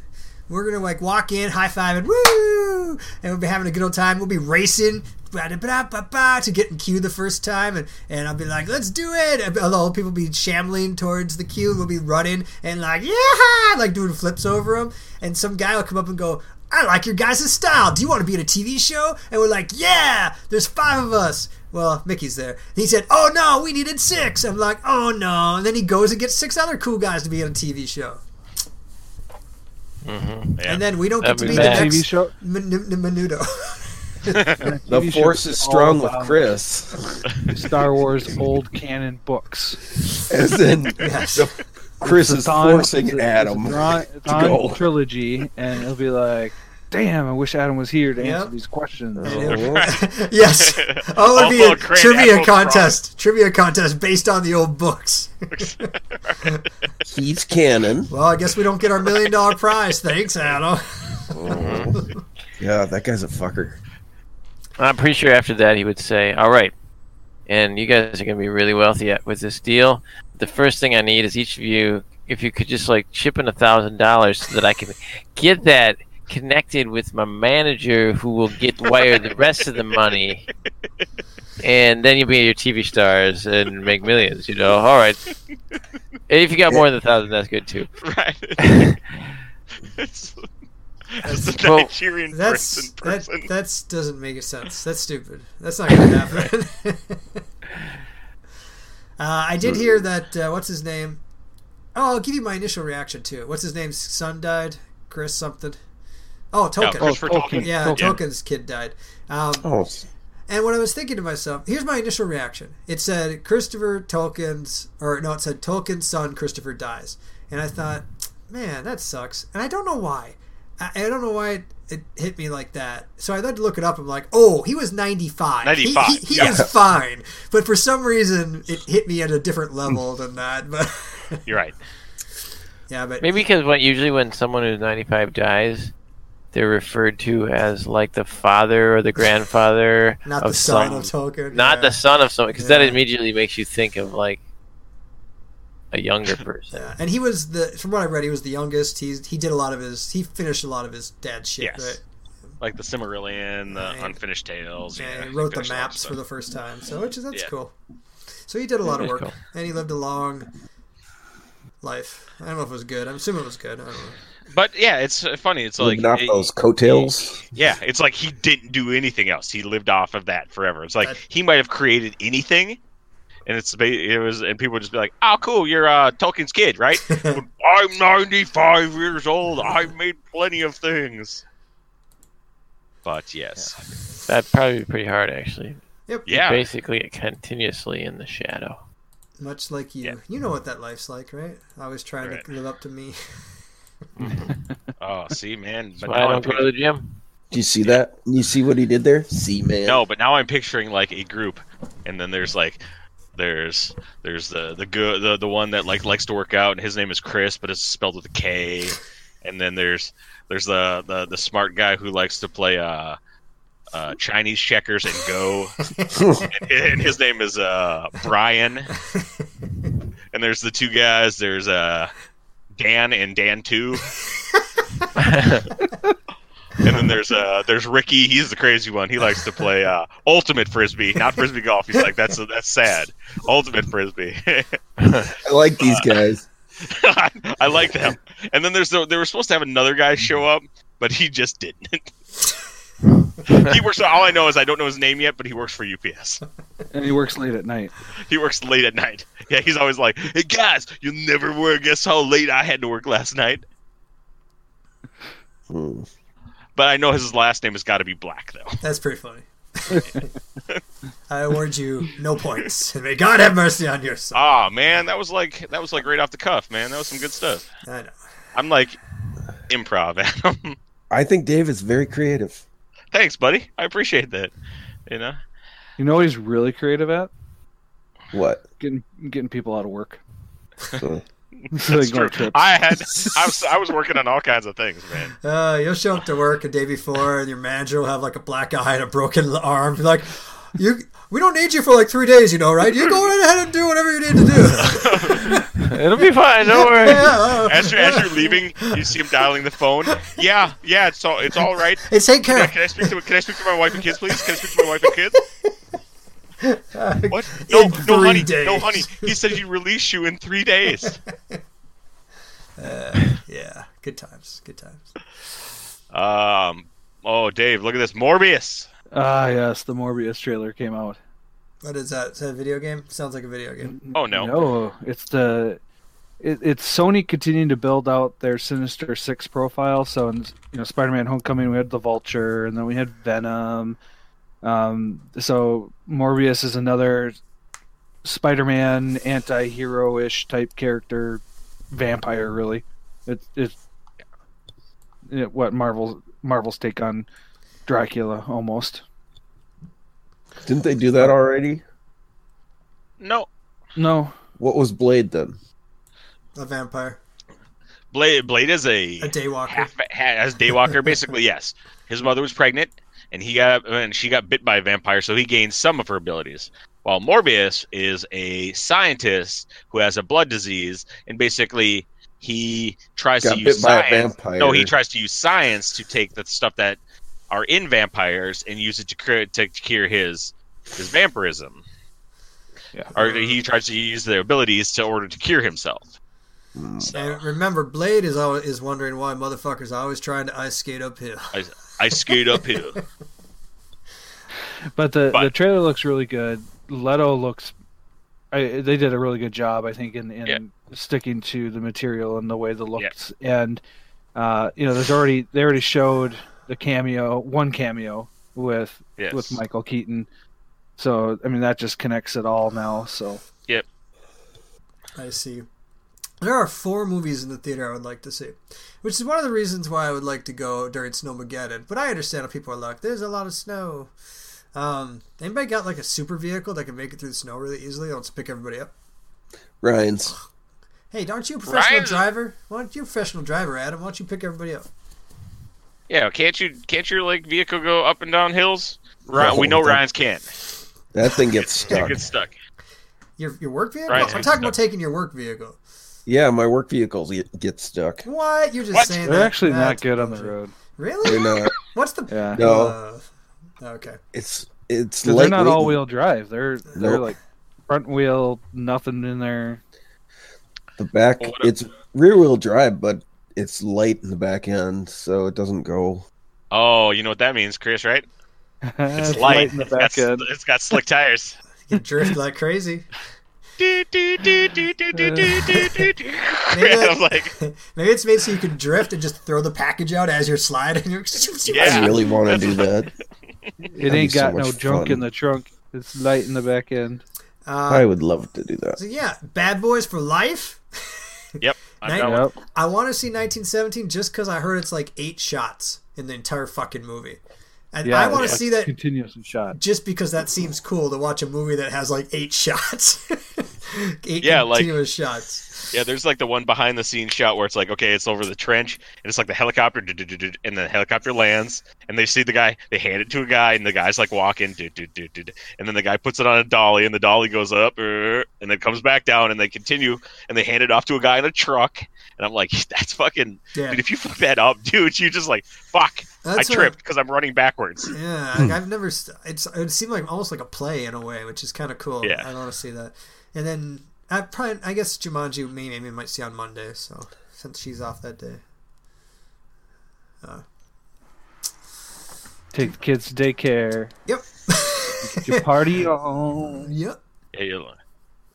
S2: We're gonna like walk in, high five, and woo, and we'll be having a good old time. We'll be racing. Ba-da-ba-da-ba-ba, to get in queue the first time, and, and I'll be like, "Let's do it!" And all the people be shambling towards the queue. We'll be running and like, "Yeah!" Like doing flips over them. And some guy will come up and go, "I like your guys' style. Do you want to be in a TV show?" And we're like, "Yeah!" There's five of us. Well, Mickey's there. He said, "Oh no, we needed six. I'm like, "Oh no!" And then he goes and gets six other cool guys to be on a TV show.
S5: Yeah.
S2: And then we don't get
S6: That'd
S2: to
S6: be
S2: be the
S6: bad.
S2: next
S4: TV show.
S2: Men- men- Menudo.
S3: the
S4: TV show
S3: force is strong
S4: all
S3: with
S4: about
S3: Chris,
S4: Star Wars old canon books.
S3: as in
S2: Yes.
S3: the, Chris is
S4: Thon-
S3: forcing
S4: it's a-
S3: Adam
S4: it's a Thon-
S3: to
S4: Thon
S3: go.
S4: trilogy, and it'll be like, damn, I wish Adam was here to
S2: Yep.
S4: answer these questions.
S2: And it- yes. Oh, it would be
S5: Oh,
S2: a
S5: great,
S2: trivia
S5: Admiral
S2: contest. Trivia contest based on the old books.
S3: He's canon.
S2: Well, I guess we don't get our million dollar prize. Thanks, Adam.
S6: Mm-hmm.
S3: Yeah, that guy's a fucker.
S6: I'm pretty sure after that he would say, "All right, and you guys are gonna be really wealthy at- with this deal. The first thing I need is each of you, if you could just like chip in a thousand dollars so that I can get that connected with my manager, who will get wired the rest of the money." And then you'll be your TV stars and make millions, you know. All right. And if you got more than a thousand, that's good too.
S5: right. It's- it's the
S6: Well,
S5: Nigerian
S2: That's
S5: person.
S2: that.
S5: person.
S2: That's doesn't make sense. That's stupid. That's not going to happen. uh, I did hear that. Uh, what's his name? Oh, I'll give you my initial reaction to it. What's his name's son died? Chris something. Oh, Token.
S5: Chris for talking.
S2: yeah,
S4: Tolkien.
S2: Token's kid died. Um,
S3: Oh,
S2: And when I was thinking to myself, here's my initial reaction. It said Christopher Tolkien's, or no, it said Tolkien's son Christopher dies, and I thought, man, that sucks. And I don't know why. I, I don't know why it, it hit me like that. So I had to look it up. I'm like, oh, he was 95. He-
S5: 95,
S2: He, he,
S5: yeah.
S2: is fine. But for some reason, it hit me at a different level than that. But
S5: You're right.
S2: yeah, but
S6: Maybe because when, usually when someone who's 95 dies, they're referred to as like the father or the grandfather
S2: not
S6: of
S2: the son
S6: some,
S2: of Tolkien.
S6: not
S2: yeah.
S6: the son of someone, because
S2: Yeah.
S6: that immediately makes you think of like a younger person.
S2: Yeah, and he was the from what I read, he was the youngest. He's he did a lot of his he finished a lot of his dad's shit.
S5: Yes.
S2: Right?
S5: Like the Cimmerillion, the
S2: Right.
S5: Unfinished Tales.
S2: Yeah,
S5: yeah,
S2: he wrote the
S5: finished all that
S2: maps
S5: stuff.
S2: for the first time, so which is that's
S5: Yeah.
S2: cool. So he did a lot of
S6: is
S2: work,
S6: cool.
S2: and he lived a long life. I don't know if it was good. I'm assuming it was good. I don't know.
S5: But yeah, it's uh, funny. It's like
S3: not
S5: it-
S3: those coattails.
S5: Yeah, it's like he didn't do anything else. He lived off of that forever. It's like
S2: That-
S5: he might have created anything, and it's ba- it was and people would just be like, "Oh, cool, you're uh, Tolkien's kid, right? I'm 95 years old. I've made plenty of things." But yes,
S6: That'd probably be pretty hard, actually.
S2: Yep.
S5: yeah,
S6: Basically, continuously in the shadow.
S2: Much like you,
S5: Yeah.
S2: you know what that life's like, right? Always trying
S5: Right.
S2: to live up to me.
S5: Oh, see, man,
S6: That's
S5: but
S6: why I
S5: now I'm
S6: don't go to
S5: pic-
S6: the gym.
S3: Do you see that? You see what he did there? See, man.
S5: no, but now I'm picturing like a group, and then there's like. There's there's the the good the, the one that like likes to work out and his name is Chris but it's spelled with a K, and then there's there's the the, the smart guy who likes to play uh, uh, Chinese checkers and go, and, and his name is uh, Brian, and there's the two guys there's uh, Dan and Dan two, And then there's uh there's Ricky. He's the crazy one. He likes to play uh, ultimate frisbee, not frisbee golf. He's like that's that's sad. Ultimate frisbee.
S3: I like
S5: Uh,
S3: these guys.
S5: I, I like them. And then there's the, they were supposed to have another guy show up, but he just didn't. he works. All I know is I don't know his name yet, but he works for UPS.
S4: and he works late at night.
S5: He works late at night. Yeah, he's always like, "Hey guys, you'll never work. Guess how late I had to work last night."
S3: Hmm.
S5: But I know his last name has got to be Black, though.
S2: That's pretty funny. I award you no points, and may God have mercy on your soul.
S5: Ah, man, that was like that was like right off the cuff, man. That was some good stuff.
S2: I know.
S5: I'm like improv, Adam.
S3: I think Dave is very creative.
S5: Thanks, buddy. I appreciate that. You know,
S4: You know what he's really creative at?
S3: What?
S4: Getting getting people out of work.
S3: Uh,
S4: So they
S5: That's
S4: go on
S5: true.
S4: trips.
S5: I had I was I was working on all kinds of things, man.
S2: Uh, you'll show up to work a day before, and your manager will have like a black eye and a broken arm. You're like, you, we don't need you for like three days, you know, right? You go right ahead and do whatever you need to do.
S6: It'll be fine. Don't worry.
S2: yeah, uh,
S5: As you're, as you're leaving, you see him dialing the phone. Yeah, yeah, it's all it's all right.
S2: hey, take care.
S5: Yeah, can I speak to can I speak to my wife and kids, please? Can I speak to my wife and kids? What? No,
S2: In
S5: no,
S2: three
S5: honey, no,
S2: days.
S5: honey. He said he'd release you in three days.
S2: Yeah, good times, good times.
S5: Um. Oh, Dave, look at this, Morbius.
S4: Ah, yes, the Morbius trailer came out.
S2: What is that? Is that a video game? Sounds like a video game.
S5: Oh no.
S4: No, it's the it, it's Sony continuing to build out their Sinister Six profile. So in you know Spider-Man: Homecoming, we had the Vulture, and then we had Venom. Um, so Morbius is another Spider-Man anti-hero-ish type character, vampire really. It's it's it, what Marvel Marvel's take on Dracula almost.
S3: didn't they do that already?
S5: No.
S4: No,
S3: What was Blade then?
S2: A vampire,
S5: Blade. Blade is a
S2: a daywalker.
S5: half, ha- as Daywalker. Basically, yes. His mother was pregnant, and he got and she got bit by a vampire, so he gained some of her abilities. While Morbius is a scientist who has a blood disease, and basically he tries
S3: Got
S5: to
S3: bit
S5: use
S3: by a
S5: science.
S3: vampire.
S5: No, he tries to use science to take the stuff that are in vampires and use it to cure, to cure his his vampirism.
S4: Yeah.
S5: Or he tries to use their abilities to order to cure himself.
S3: Hmm.
S2: And remember, Blade is always is wondering why motherfuckers are always trying to ice skate uphill.
S5: I, I skate uphill.
S4: But the,
S5: But-
S4: the trailer looks really good. Leto looks. I, they did a really good job, I think, in, in
S5: Yeah.
S4: sticking to the material and the way the looks. And uh, you know, there's already they already showed the cameo, one cameo with
S5: Yes.
S4: with Michael Keaton. So I mean, that just connects it all now. So
S2: I see. There are four movies in the theater I would like to see, which is one of the reasons why I would like to go during Snowmageddon. But I understand if people are like, there's a lot of snow. Um, anybody got like a super vehicle that can make it through the snow really easily? Let's pick everybody up.
S3: Ryan's.
S2: Hey, aren't you a professional
S5: Ryan-
S2: driver? Why aren't you a professional driver, Adam? Why don't you pick everybody up?
S5: Yeah, can't you can't your like vehicle go up and down hills? Ryan, we know
S3: that-
S5: Ryan's can't.
S3: That thing gets
S5: It
S3: stuck.
S5: gets stuck.
S2: Your, your work vehicle?
S5: Ryan
S2: I'm
S5: takes
S2: talking about
S5: stuff.
S2: taking your work vehicle.
S3: Yeah, my work vehicles get- get stuck.
S2: What? You're just
S5: What?
S2: saying
S4: they're
S2: that-
S4: actually not
S2: that's
S4: good on the
S2: bullshit.
S4: road.
S2: Really?
S3: They're not.
S2: What's the.
S4: Yeah,
S3: No.
S2: Uh, okay.
S3: uh, It's it's
S4: 'Cause they're not
S3: lightweight.
S4: all wheel drive. They're they're
S3: Nope.
S4: like front wheel, nothing in there.
S3: The back,
S5: Well, what-
S3: it's rear wheel drive, but it's light in the back end, so it doesn't go.
S5: Oh, you know what that means, Chris? Right? It's, light.
S4: light. in the
S5: It's got
S4: back
S5: sl-
S4: end.
S5: it's got slick tires.
S2: You drift like crazy.
S5: Do, do, do, do, do, do, do, do, do, do. I'm like,
S2: Maybe it's made so you can drift and just throw the package out as you're sliding. You're-
S5: Yeah.
S3: I really want to do that.
S4: It
S3: be
S4: ain't
S3: so
S4: got
S3: much
S4: no junk
S3: fun.
S4: in the trunk. It's light in the back end.
S2: Uh,
S3: I would love to do that.
S2: so yeah, Bad Boys for Life.
S5: yep. I'm
S2: Night-
S5: done.
S4: Yep.
S2: I want to see 1917 just because I heard it's like eight shots in the entire fucking movie, and I want to
S4: it's
S2: see that
S4: continuous and shot.
S2: just because that seems cool to watch a movie that has like eight shots, eight
S5: Yeah, like-
S2: continuous shots.
S5: Yeah, there's like the one behind the scenes shot where it's like, okay, it's over the trench, and it's like the helicopter, do, do, do, do, and the helicopter lands, and they see the guy, they hand it to a guy, and the guy's like walking, do, do, do, do, do, and then the guy puts it on a dolly, and the dolly goes up, er, and then comes back down, and they continue, and they hand it off to a guy in a truck, and I'm like, that's fucking,
S2: Yeah.
S5: dude, if you fuck that up, dude, you just like, fuck,
S2: That's
S5: I
S2: what-
S5: tripped because I'm running backwards.
S2: Yeah, like, I've never. s- It's it seemed like almost like a play in a way, which is kind of cool.
S5: Yeah.
S2: I want to see that. And then I probably I guess Jumanji me maybe might see on Monday. So since she's off that day. Uh,
S4: Take the kids to daycare.
S2: Yep.
S4: Get your party on.
S2: Yep.
S5: Hey, Eli,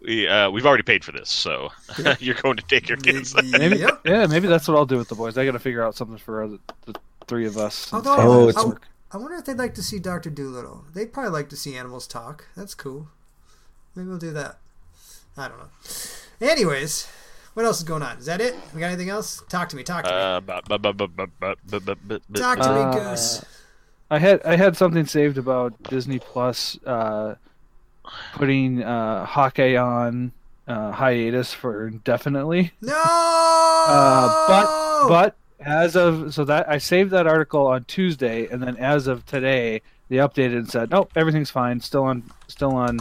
S5: we uh, we've already paid for this, so you're going to take your kids.
S4: Maybe,
S2: Yep.
S4: yeah, maybe that's what I'll do with the boys. I got to figure out something for other, the three of us.
S2: Although,
S3: Oh,
S2: I,
S3: it's-
S2: I, I wonder if they'd like to see Doctor Doolittle. They'd probably like to see animals talk. That's cool. Maybe we'll do that. I don't know. Anyways, what else is going on? Is that it? We got anything else? Talk to me. Talk to
S5: Uh, bu- bu- bu- bu- bu- bu- bu- bu- bu-
S2: me.
S5: bu-
S2: Talk to
S4: uh,
S2: me, Goose.
S4: I had I had something saved about Disney Plus uh, putting uh, Hawkeye on uh, hiatus for indefinitely.
S2: No.
S4: Uh,
S2: Oh!
S4: but but as of so that I saved that article on Tuesday, and then as of today, they updated and said, nope, everything's fine, still on still on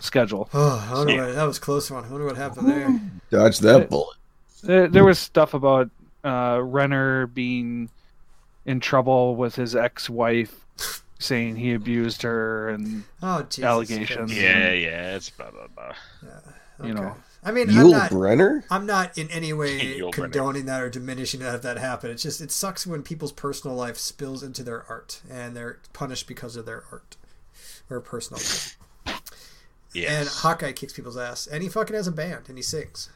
S4: schedule.
S2: Oh, I wonder what, that was a close one. I wonder what happened there.
S3: Dodge that bullet.
S4: There, there was stuff about uh, Renner being in trouble with his ex-wife, saying he abused her, and
S2: Oh, Jesus.
S4: Allegations.
S5: Yeah, yeah, it's blah blah blah.
S4: you know.
S2: I mean, I'm
S3: Yul
S2: not,
S3: Brenner?
S2: I'm not in any way
S5: Yul Brynner.
S2: condoning that or diminishing that if that happened. It's just it sucks when people's personal life spills into their art and they're punished because of their art or personal. life. And
S5: Yes.
S2: Hawkeye kicks people's ass, and he fucking has a band, and he sings,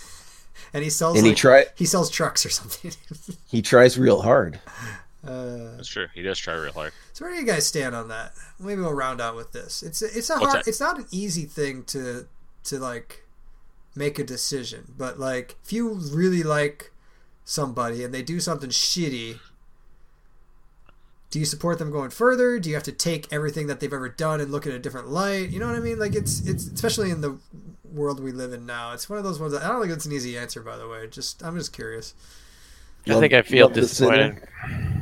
S2: and he sells
S3: And he
S2: like-
S3: try
S2: he sells trucks or something.
S3: he tries real hard.
S2: uh,
S5: That's true. He does try real hard.
S2: so where do you guys stand on that? Maybe we'll round out with this. It's a, it's a
S5: What's
S2: hard.
S5: that?
S2: It's not an easy thing to to like make a decision, but like if you really like somebody and they do something shitty, do you support them going further? Do you have to take everything that they've ever done and look at a different light? You know what I mean? Like it's it's especially in the world we live in now. It's one of those ones that I don't think it's an easy answer. By the way, just I'm just curious.
S6: I think I feel
S3: Love the sinner.
S6: disappointed.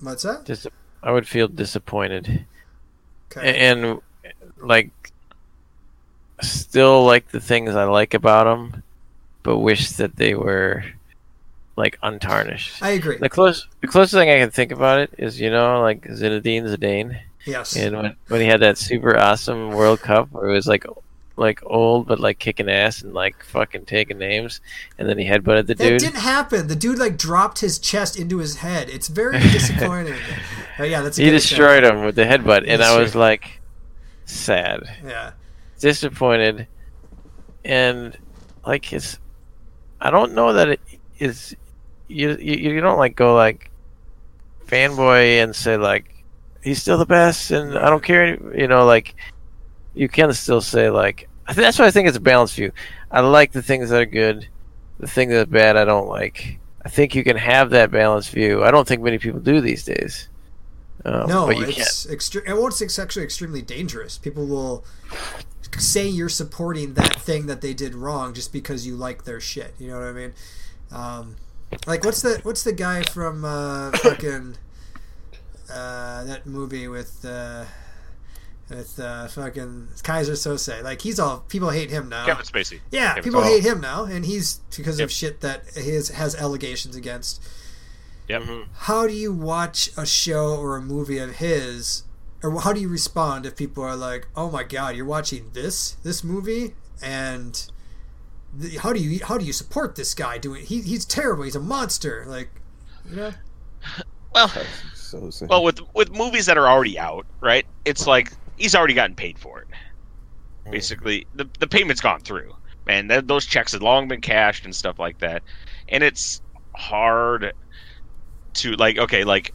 S2: What's that?
S6: Dis- I would feel disappointed.
S2: Okay.
S6: and like still like the things I like about them, but wish that they were like untarnished.
S2: I agree.
S6: The close, the closest thing I can think about it is you know like Zinedine Zidane,
S2: Yes.
S6: and when when he had that super awesome World Cup where it was like like old but like kicking ass and like fucking taking names, and then he headbutted the
S2: That
S6: dude.
S2: didn't happen. The dude like dropped his chest into his head. It's very disappointing. Oh yeah, that's a
S6: He
S2: good
S6: destroyed him with the headbutt, and I was
S2: Destroyed.
S6: like sad.
S2: example. Yeah,
S6: disappointed and like it's i don't know that it is you you, you don't like go like fanboy and say like he's still the best and i don't care you know like you can still say like I think that's why i think it's a balanced view i like the things that are good the things that are bad i don't like i think you can have that balanced view i don't think many people do these days um,
S2: no,
S6: but you can't
S2: it's extre- and well, it's actually extremely dangerous. People will say you're supporting that thing that they did wrong just because you like their shit. You know what I mean? Um, like what's the what's the guy from uh, fucking uh, that movie with uh, with uh, fucking Kaiser Sose? Like he's all people hate him now.
S5: Kevin Spacey.
S2: Yeah,
S5: Kevin
S2: people
S5: Spacey.
S2: hate him now, and he's because
S5: Yep.
S2: of shit that his has allegations against.
S5: Yep.
S2: How do you watch a show or a movie of his, or how do you respond if people are like, "Oh my God, you're watching this this movie," and th- how do you how do you support this guy doing? He, he's terrible. He's a monster. Like, you know,
S5: Well,
S3: So sad.
S5: well, with with movies that are already out, right? It's like he's already gotten paid for it. Basically, the the payment's gone through, and that, those checks had long been cashed and stuff like that. And it's hard to like, okay, like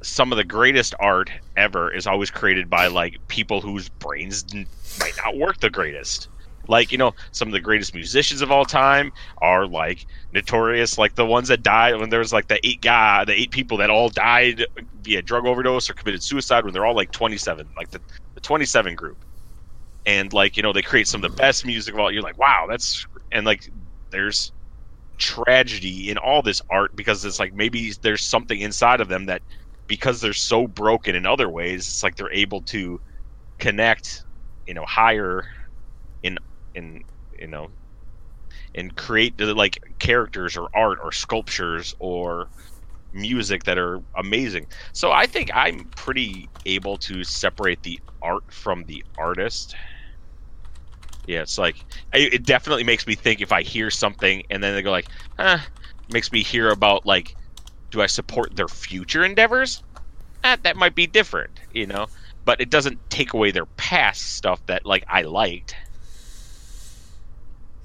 S5: some of the greatest art ever is always created by like people whose brains n- might not work the greatest. Like you know, some of the greatest musicians of all time are like notorious, like the ones that died when there was like the eight guy, the eight people that all died via drug overdose or committed suicide when they're all like 27, like the, the 27 group. And like, you know, they create some of the best music of all. You're like, wow, that's. And like, there's tragedy in all this art because it's like maybe there's something inside of them that because they're so broken in other ways, it's like they're able to connect, you know, higher in, in, you know, and create the, like characters or art or sculptures or music that are amazing. So I think I'm pretty able to separate the art from the artist. Yeah, it's like I, it definitely makes me think if I hear something and then they go like, "Huh," makes me hear about like, do I support their future endeavors? eh, that might be different, you know. But it doesn't take away their past stuff that like I liked.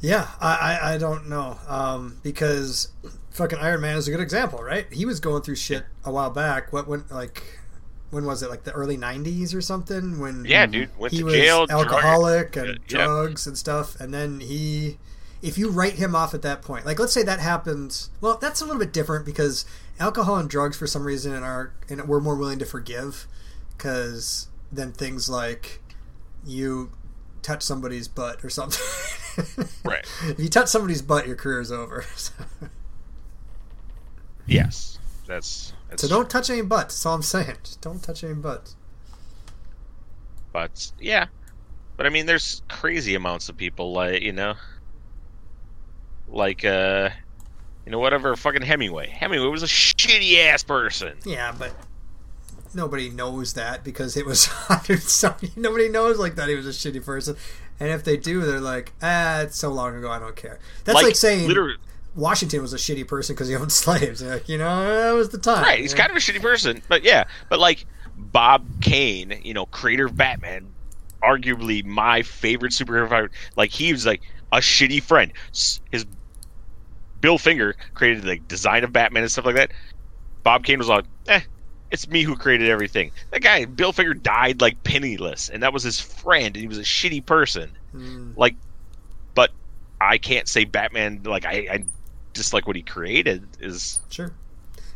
S2: Yeah, I, I, I don't know. Um, because fucking Iron Man is a good example, right? He was going through shit a while back. What when like when was it? Like the early nineties or something? When
S5: Yeah, dude, went
S2: he
S5: to
S2: was
S5: jail, drug-
S2: alcoholic and
S5: Yeah.
S2: drugs and stuff, and then he if you write him off at that point, like let's say that happens well, that's a little bit different because alcohol and drugs for some reason in our and we're more willing to forgive because then things like you touch somebody's butt or something.
S5: Right.
S2: If you touch somebody's butt, your career is over. So,
S5: Yes, that's, that's
S2: so don't touch any butts. That's all I'm saying. Just don't touch any butts.
S5: But yeah, but I mean, there's crazy amounts of people like you know, like uh, you know whatever fucking Hemingway. Hemingway was a shitty ass person.
S2: Yeah, but nobody knows that because it was hundred something. Nobody knows like that he was a shitty person. And if they do, they're like, ah, it's so long ago, I don't care. That's like, saying
S5: literally,
S2: Washington was a shitty person because he owned slaves. You're like, you know, that was the time.
S5: right. He's
S2: Yeah.
S5: kind of a shitty person, but yeah, but like Bob Kane, you know, creator of Batman, arguably my favorite superhero. Fighter, like he was like a shitty friend. S- His Bill Finger created the design of Batman and stuff like that. Bob Kane was like, eh, it's me who created everything. That guy, Bill Finger, died like penniless, and that was his friend, and he was a shitty person.
S2: Mm,
S5: Like, but I can't say Batman. Like, I, I dislike what he created. Is
S2: sure.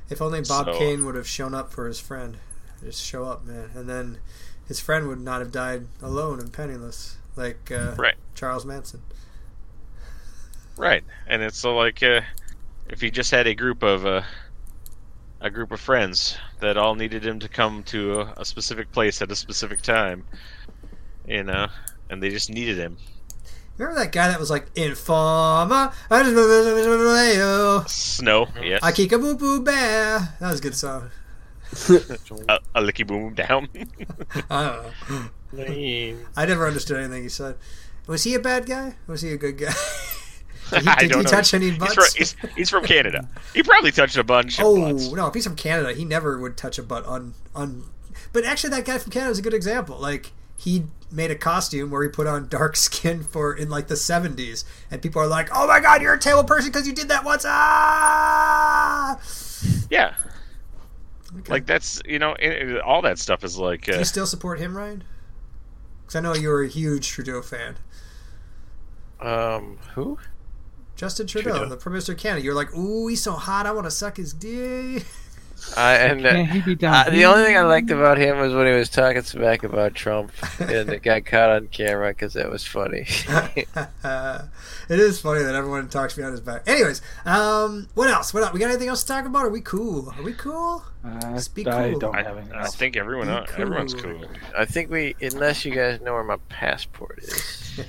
S2: If only Bob
S5: So-
S2: Kane would have shown up for his friend. Just show up, man. And then his friend would not have died alone and penniless like uh,
S5: Right.
S2: Charles Manson.
S5: Right, and it's uh, like uh, if he just had a group of uh, a group of friends that all needed him to come to a, a specific place at a specific time, you know, and they just needed him.
S2: Remember that guy that was like Informer? I just know
S5: Snow, yes,
S2: I kick a boo boo bear. That was a good song.
S5: a, a licky boom down.
S2: I don't know. I never understood anything he said. Was he a bad guy? Was he a good guy? did he,
S5: I
S2: did
S5: don't
S2: he
S5: know.
S2: touch any
S5: He's
S2: butts?
S5: from, he's, he's from Canada. He probably touched a bunch of
S2: oh
S5: butts.
S2: no, if he's from Canada, he never would touch a butt on on. But actually, that guy from Canada was a good example. Like he made a costume where he put on dark skin for in like the seventies, and people are like, "Oh my god, you're a terrible person because you did that once." Ah!
S5: Yeah,
S2: Okay.
S5: like that's you know, it, it- all that stuff is like
S2: Do
S5: uh,
S2: you still support him, Ryan? Because I know you're a huge Trudeau fan.
S6: Um, who?
S2: Justin Trudeau,
S6: Trudeau.
S2: the Prime Minister of Canada. You're like, ooh, he's so hot. I want to suck his dick.
S6: I and uh,
S4: Can he be down
S6: uh, the
S4: here?
S6: only thing I liked about him was when he was talking smack about Trump, and it got caught on camera because that was funny.
S2: it is funny that everyone talks behind his back. Anyways, um, what else? What else? We got anything else to talk about? Are we cool? Are we cool?
S4: Uh,
S2: Just be
S4: I
S2: cool.
S4: don't
S5: I,
S4: have anything
S5: I
S4: else.
S5: think everyone
S2: Be
S5: uh, everyone's
S2: cool.
S5: cool.
S6: I think we, unless you guys know where my passport is.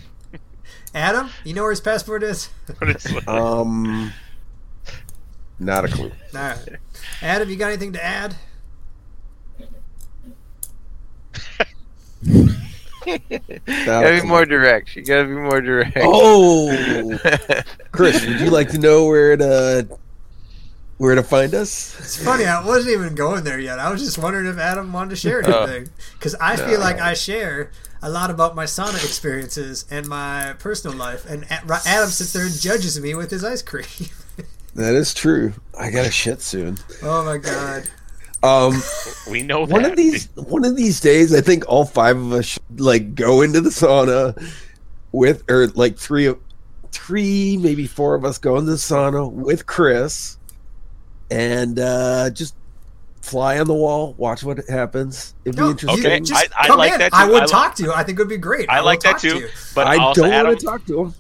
S2: Adam, you know where his passport is?
S5: What is it?
S3: Um, not a clue.
S2: All right. Adam, you got anything to add?
S6: gotta be more direct. You gotta be more direct.
S3: Oh, Chris, would you like to know where to where to find us?
S2: It's funny, I wasn't even going there yet. I was just wondering if Adam wanted to share
S5: Uh,
S6: Oh.
S2: anything. Because I feel like I share a lot about my sauna experiences and my personal life, and A- Ra- Adam sits there and judges me with his ice cream.
S3: That is true. I got a shit soon.
S2: oh my god.
S3: Um,
S5: We know
S3: one
S5: that.
S3: of these one of these days, I think all five of us should, like go into the sauna with, or like three of three maybe four of us go in the sauna with Chris, and uh, just fly on the wall, watch what happens. It'd be
S2: No,
S3: interesting.
S5: Okay,
S2: you just
S5: I- I
S2: come
S5: like
S2: in.
S5: that
S2: I
S5: too.
S2: would
S5: I li-
S2: talk to you. I think it would be great.
S5: I
S2: will
S5: like that
S2: talk to
S5: too.
S2: you.
S5: But
S3: I
S5: also,
S3: don't
S5: Adam,
S3: want to talk to him.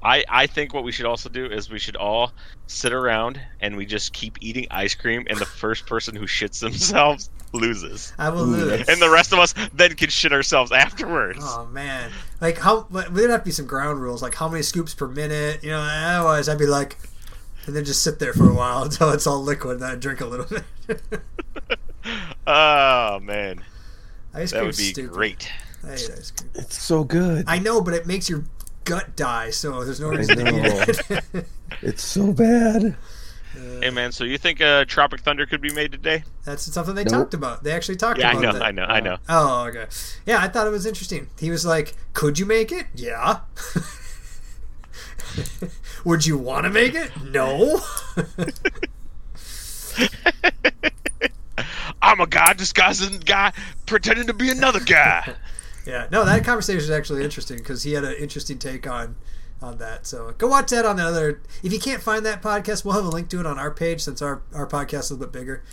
S5: I, I think what we should also do is we should all sit around and we just keep eating ice cream, and the first person who shits themselves loses,
S2: I will
S3: Ooh,
S2: lose.
S3: that's-
S5: and the rest of us then can shit ourselves afterwards.
S2: Oh man! Like how? but There'd have to be some ground rules, like how many scoops per minute. You know, otherwise I'd be like, and then just sit there for a while until it's all liquid, and then I drink a little bit.
S5: Oh, man,
S2: ice
S5: that
S2: cream
S5: would be
S2: stupid.
S5: great.
S2: I hate ice cream.
S3: It's so good.
S2: I know, but it makes your gut die, so there's no reason to eat it.
S3: It's so bad.
S2: Uh,
S5: Hey man, so you think uh, Tropic Thunder could be made today?
S2: That's something they
S3: Nope.
S2: talked about. They actually talked
S5: Yeah, I
S2: about
S5: know,
S2: that.
S5: I know, I know.
S2: Oh, okay. Yeah, I thought it was interesting. He was like, "Could you make it? Yeah. Would you want to make it? No.
S5: I'm a guy disguised as a guy pretending to be another guy.
S2: yeah. No, that conversation is actually interesting because he had an interesting take on on that. So go watch that on the other. If you can't find that podcast, we'll have a link to it on our page since our our podcast is a little bit bigger.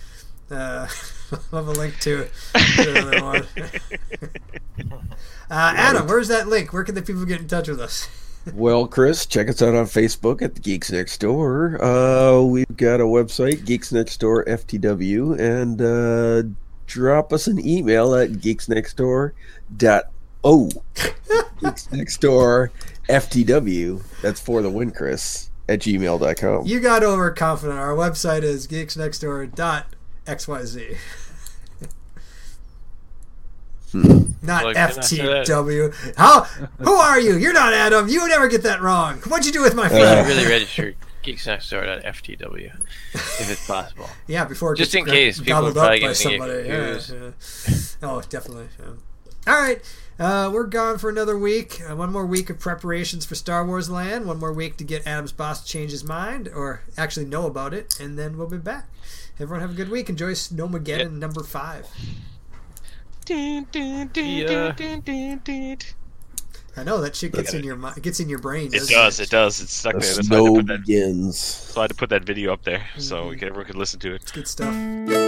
S2: Uh, we'll have a link to, to the other one. uh, Adam, where's that link? Where can the people get in touch with us?
S3: Well, Chris, check us out on Facebook at the Geeks Next Door. Uh, we've got a website, Geeks Next Door FTW, and uh, drop us an email at geeksnextdoor.o. Geeks Next Door FTW. That's for the win, Chris, at gmail.com.
S2: You got overconfident. Our website is geeksnextdoor.xyz.
S3: Hmm.
S2: Not
S6: Like, can I say that?
S2: FTW. How? Who are you? You're not Adam. You would never get that wrong. What'd you do with my
S6: I
S2: phone?
S3: Uh.
S6: really registered geeksnextdoor.ftw if it's possible.
S2: yeah, before it
S6: Just
S2: gets
S6: in case, people
S2: gobbled
S6: are probably
S2: up by
S6: getting
S2: somebody. Yeah,
S6: confused.
S2: yeah. Oh, definitely. yeah. All right, uh, we're gone for another week. Uh, one more week of preparations for Star Wars Land. One more week to get Adam's boss to change his mind or actually know about it, and then we'll be back. Everyone have a good week. Enjoy Snowmageddon number five.
S6: Yeah.
S2: I know that shit gets
S5: Yeah.
S2: in your mi- gets in your brain.
S5: It
S2: doesn't
S5: does, it does. It's stuck
S3: The
S5: there. That's why I had to
S3: snow
S5: put that.
S3: begins.
S5: So I had to put that video up there so we could, everyone could listen to it.
S2: Good stuff.
S1: Thank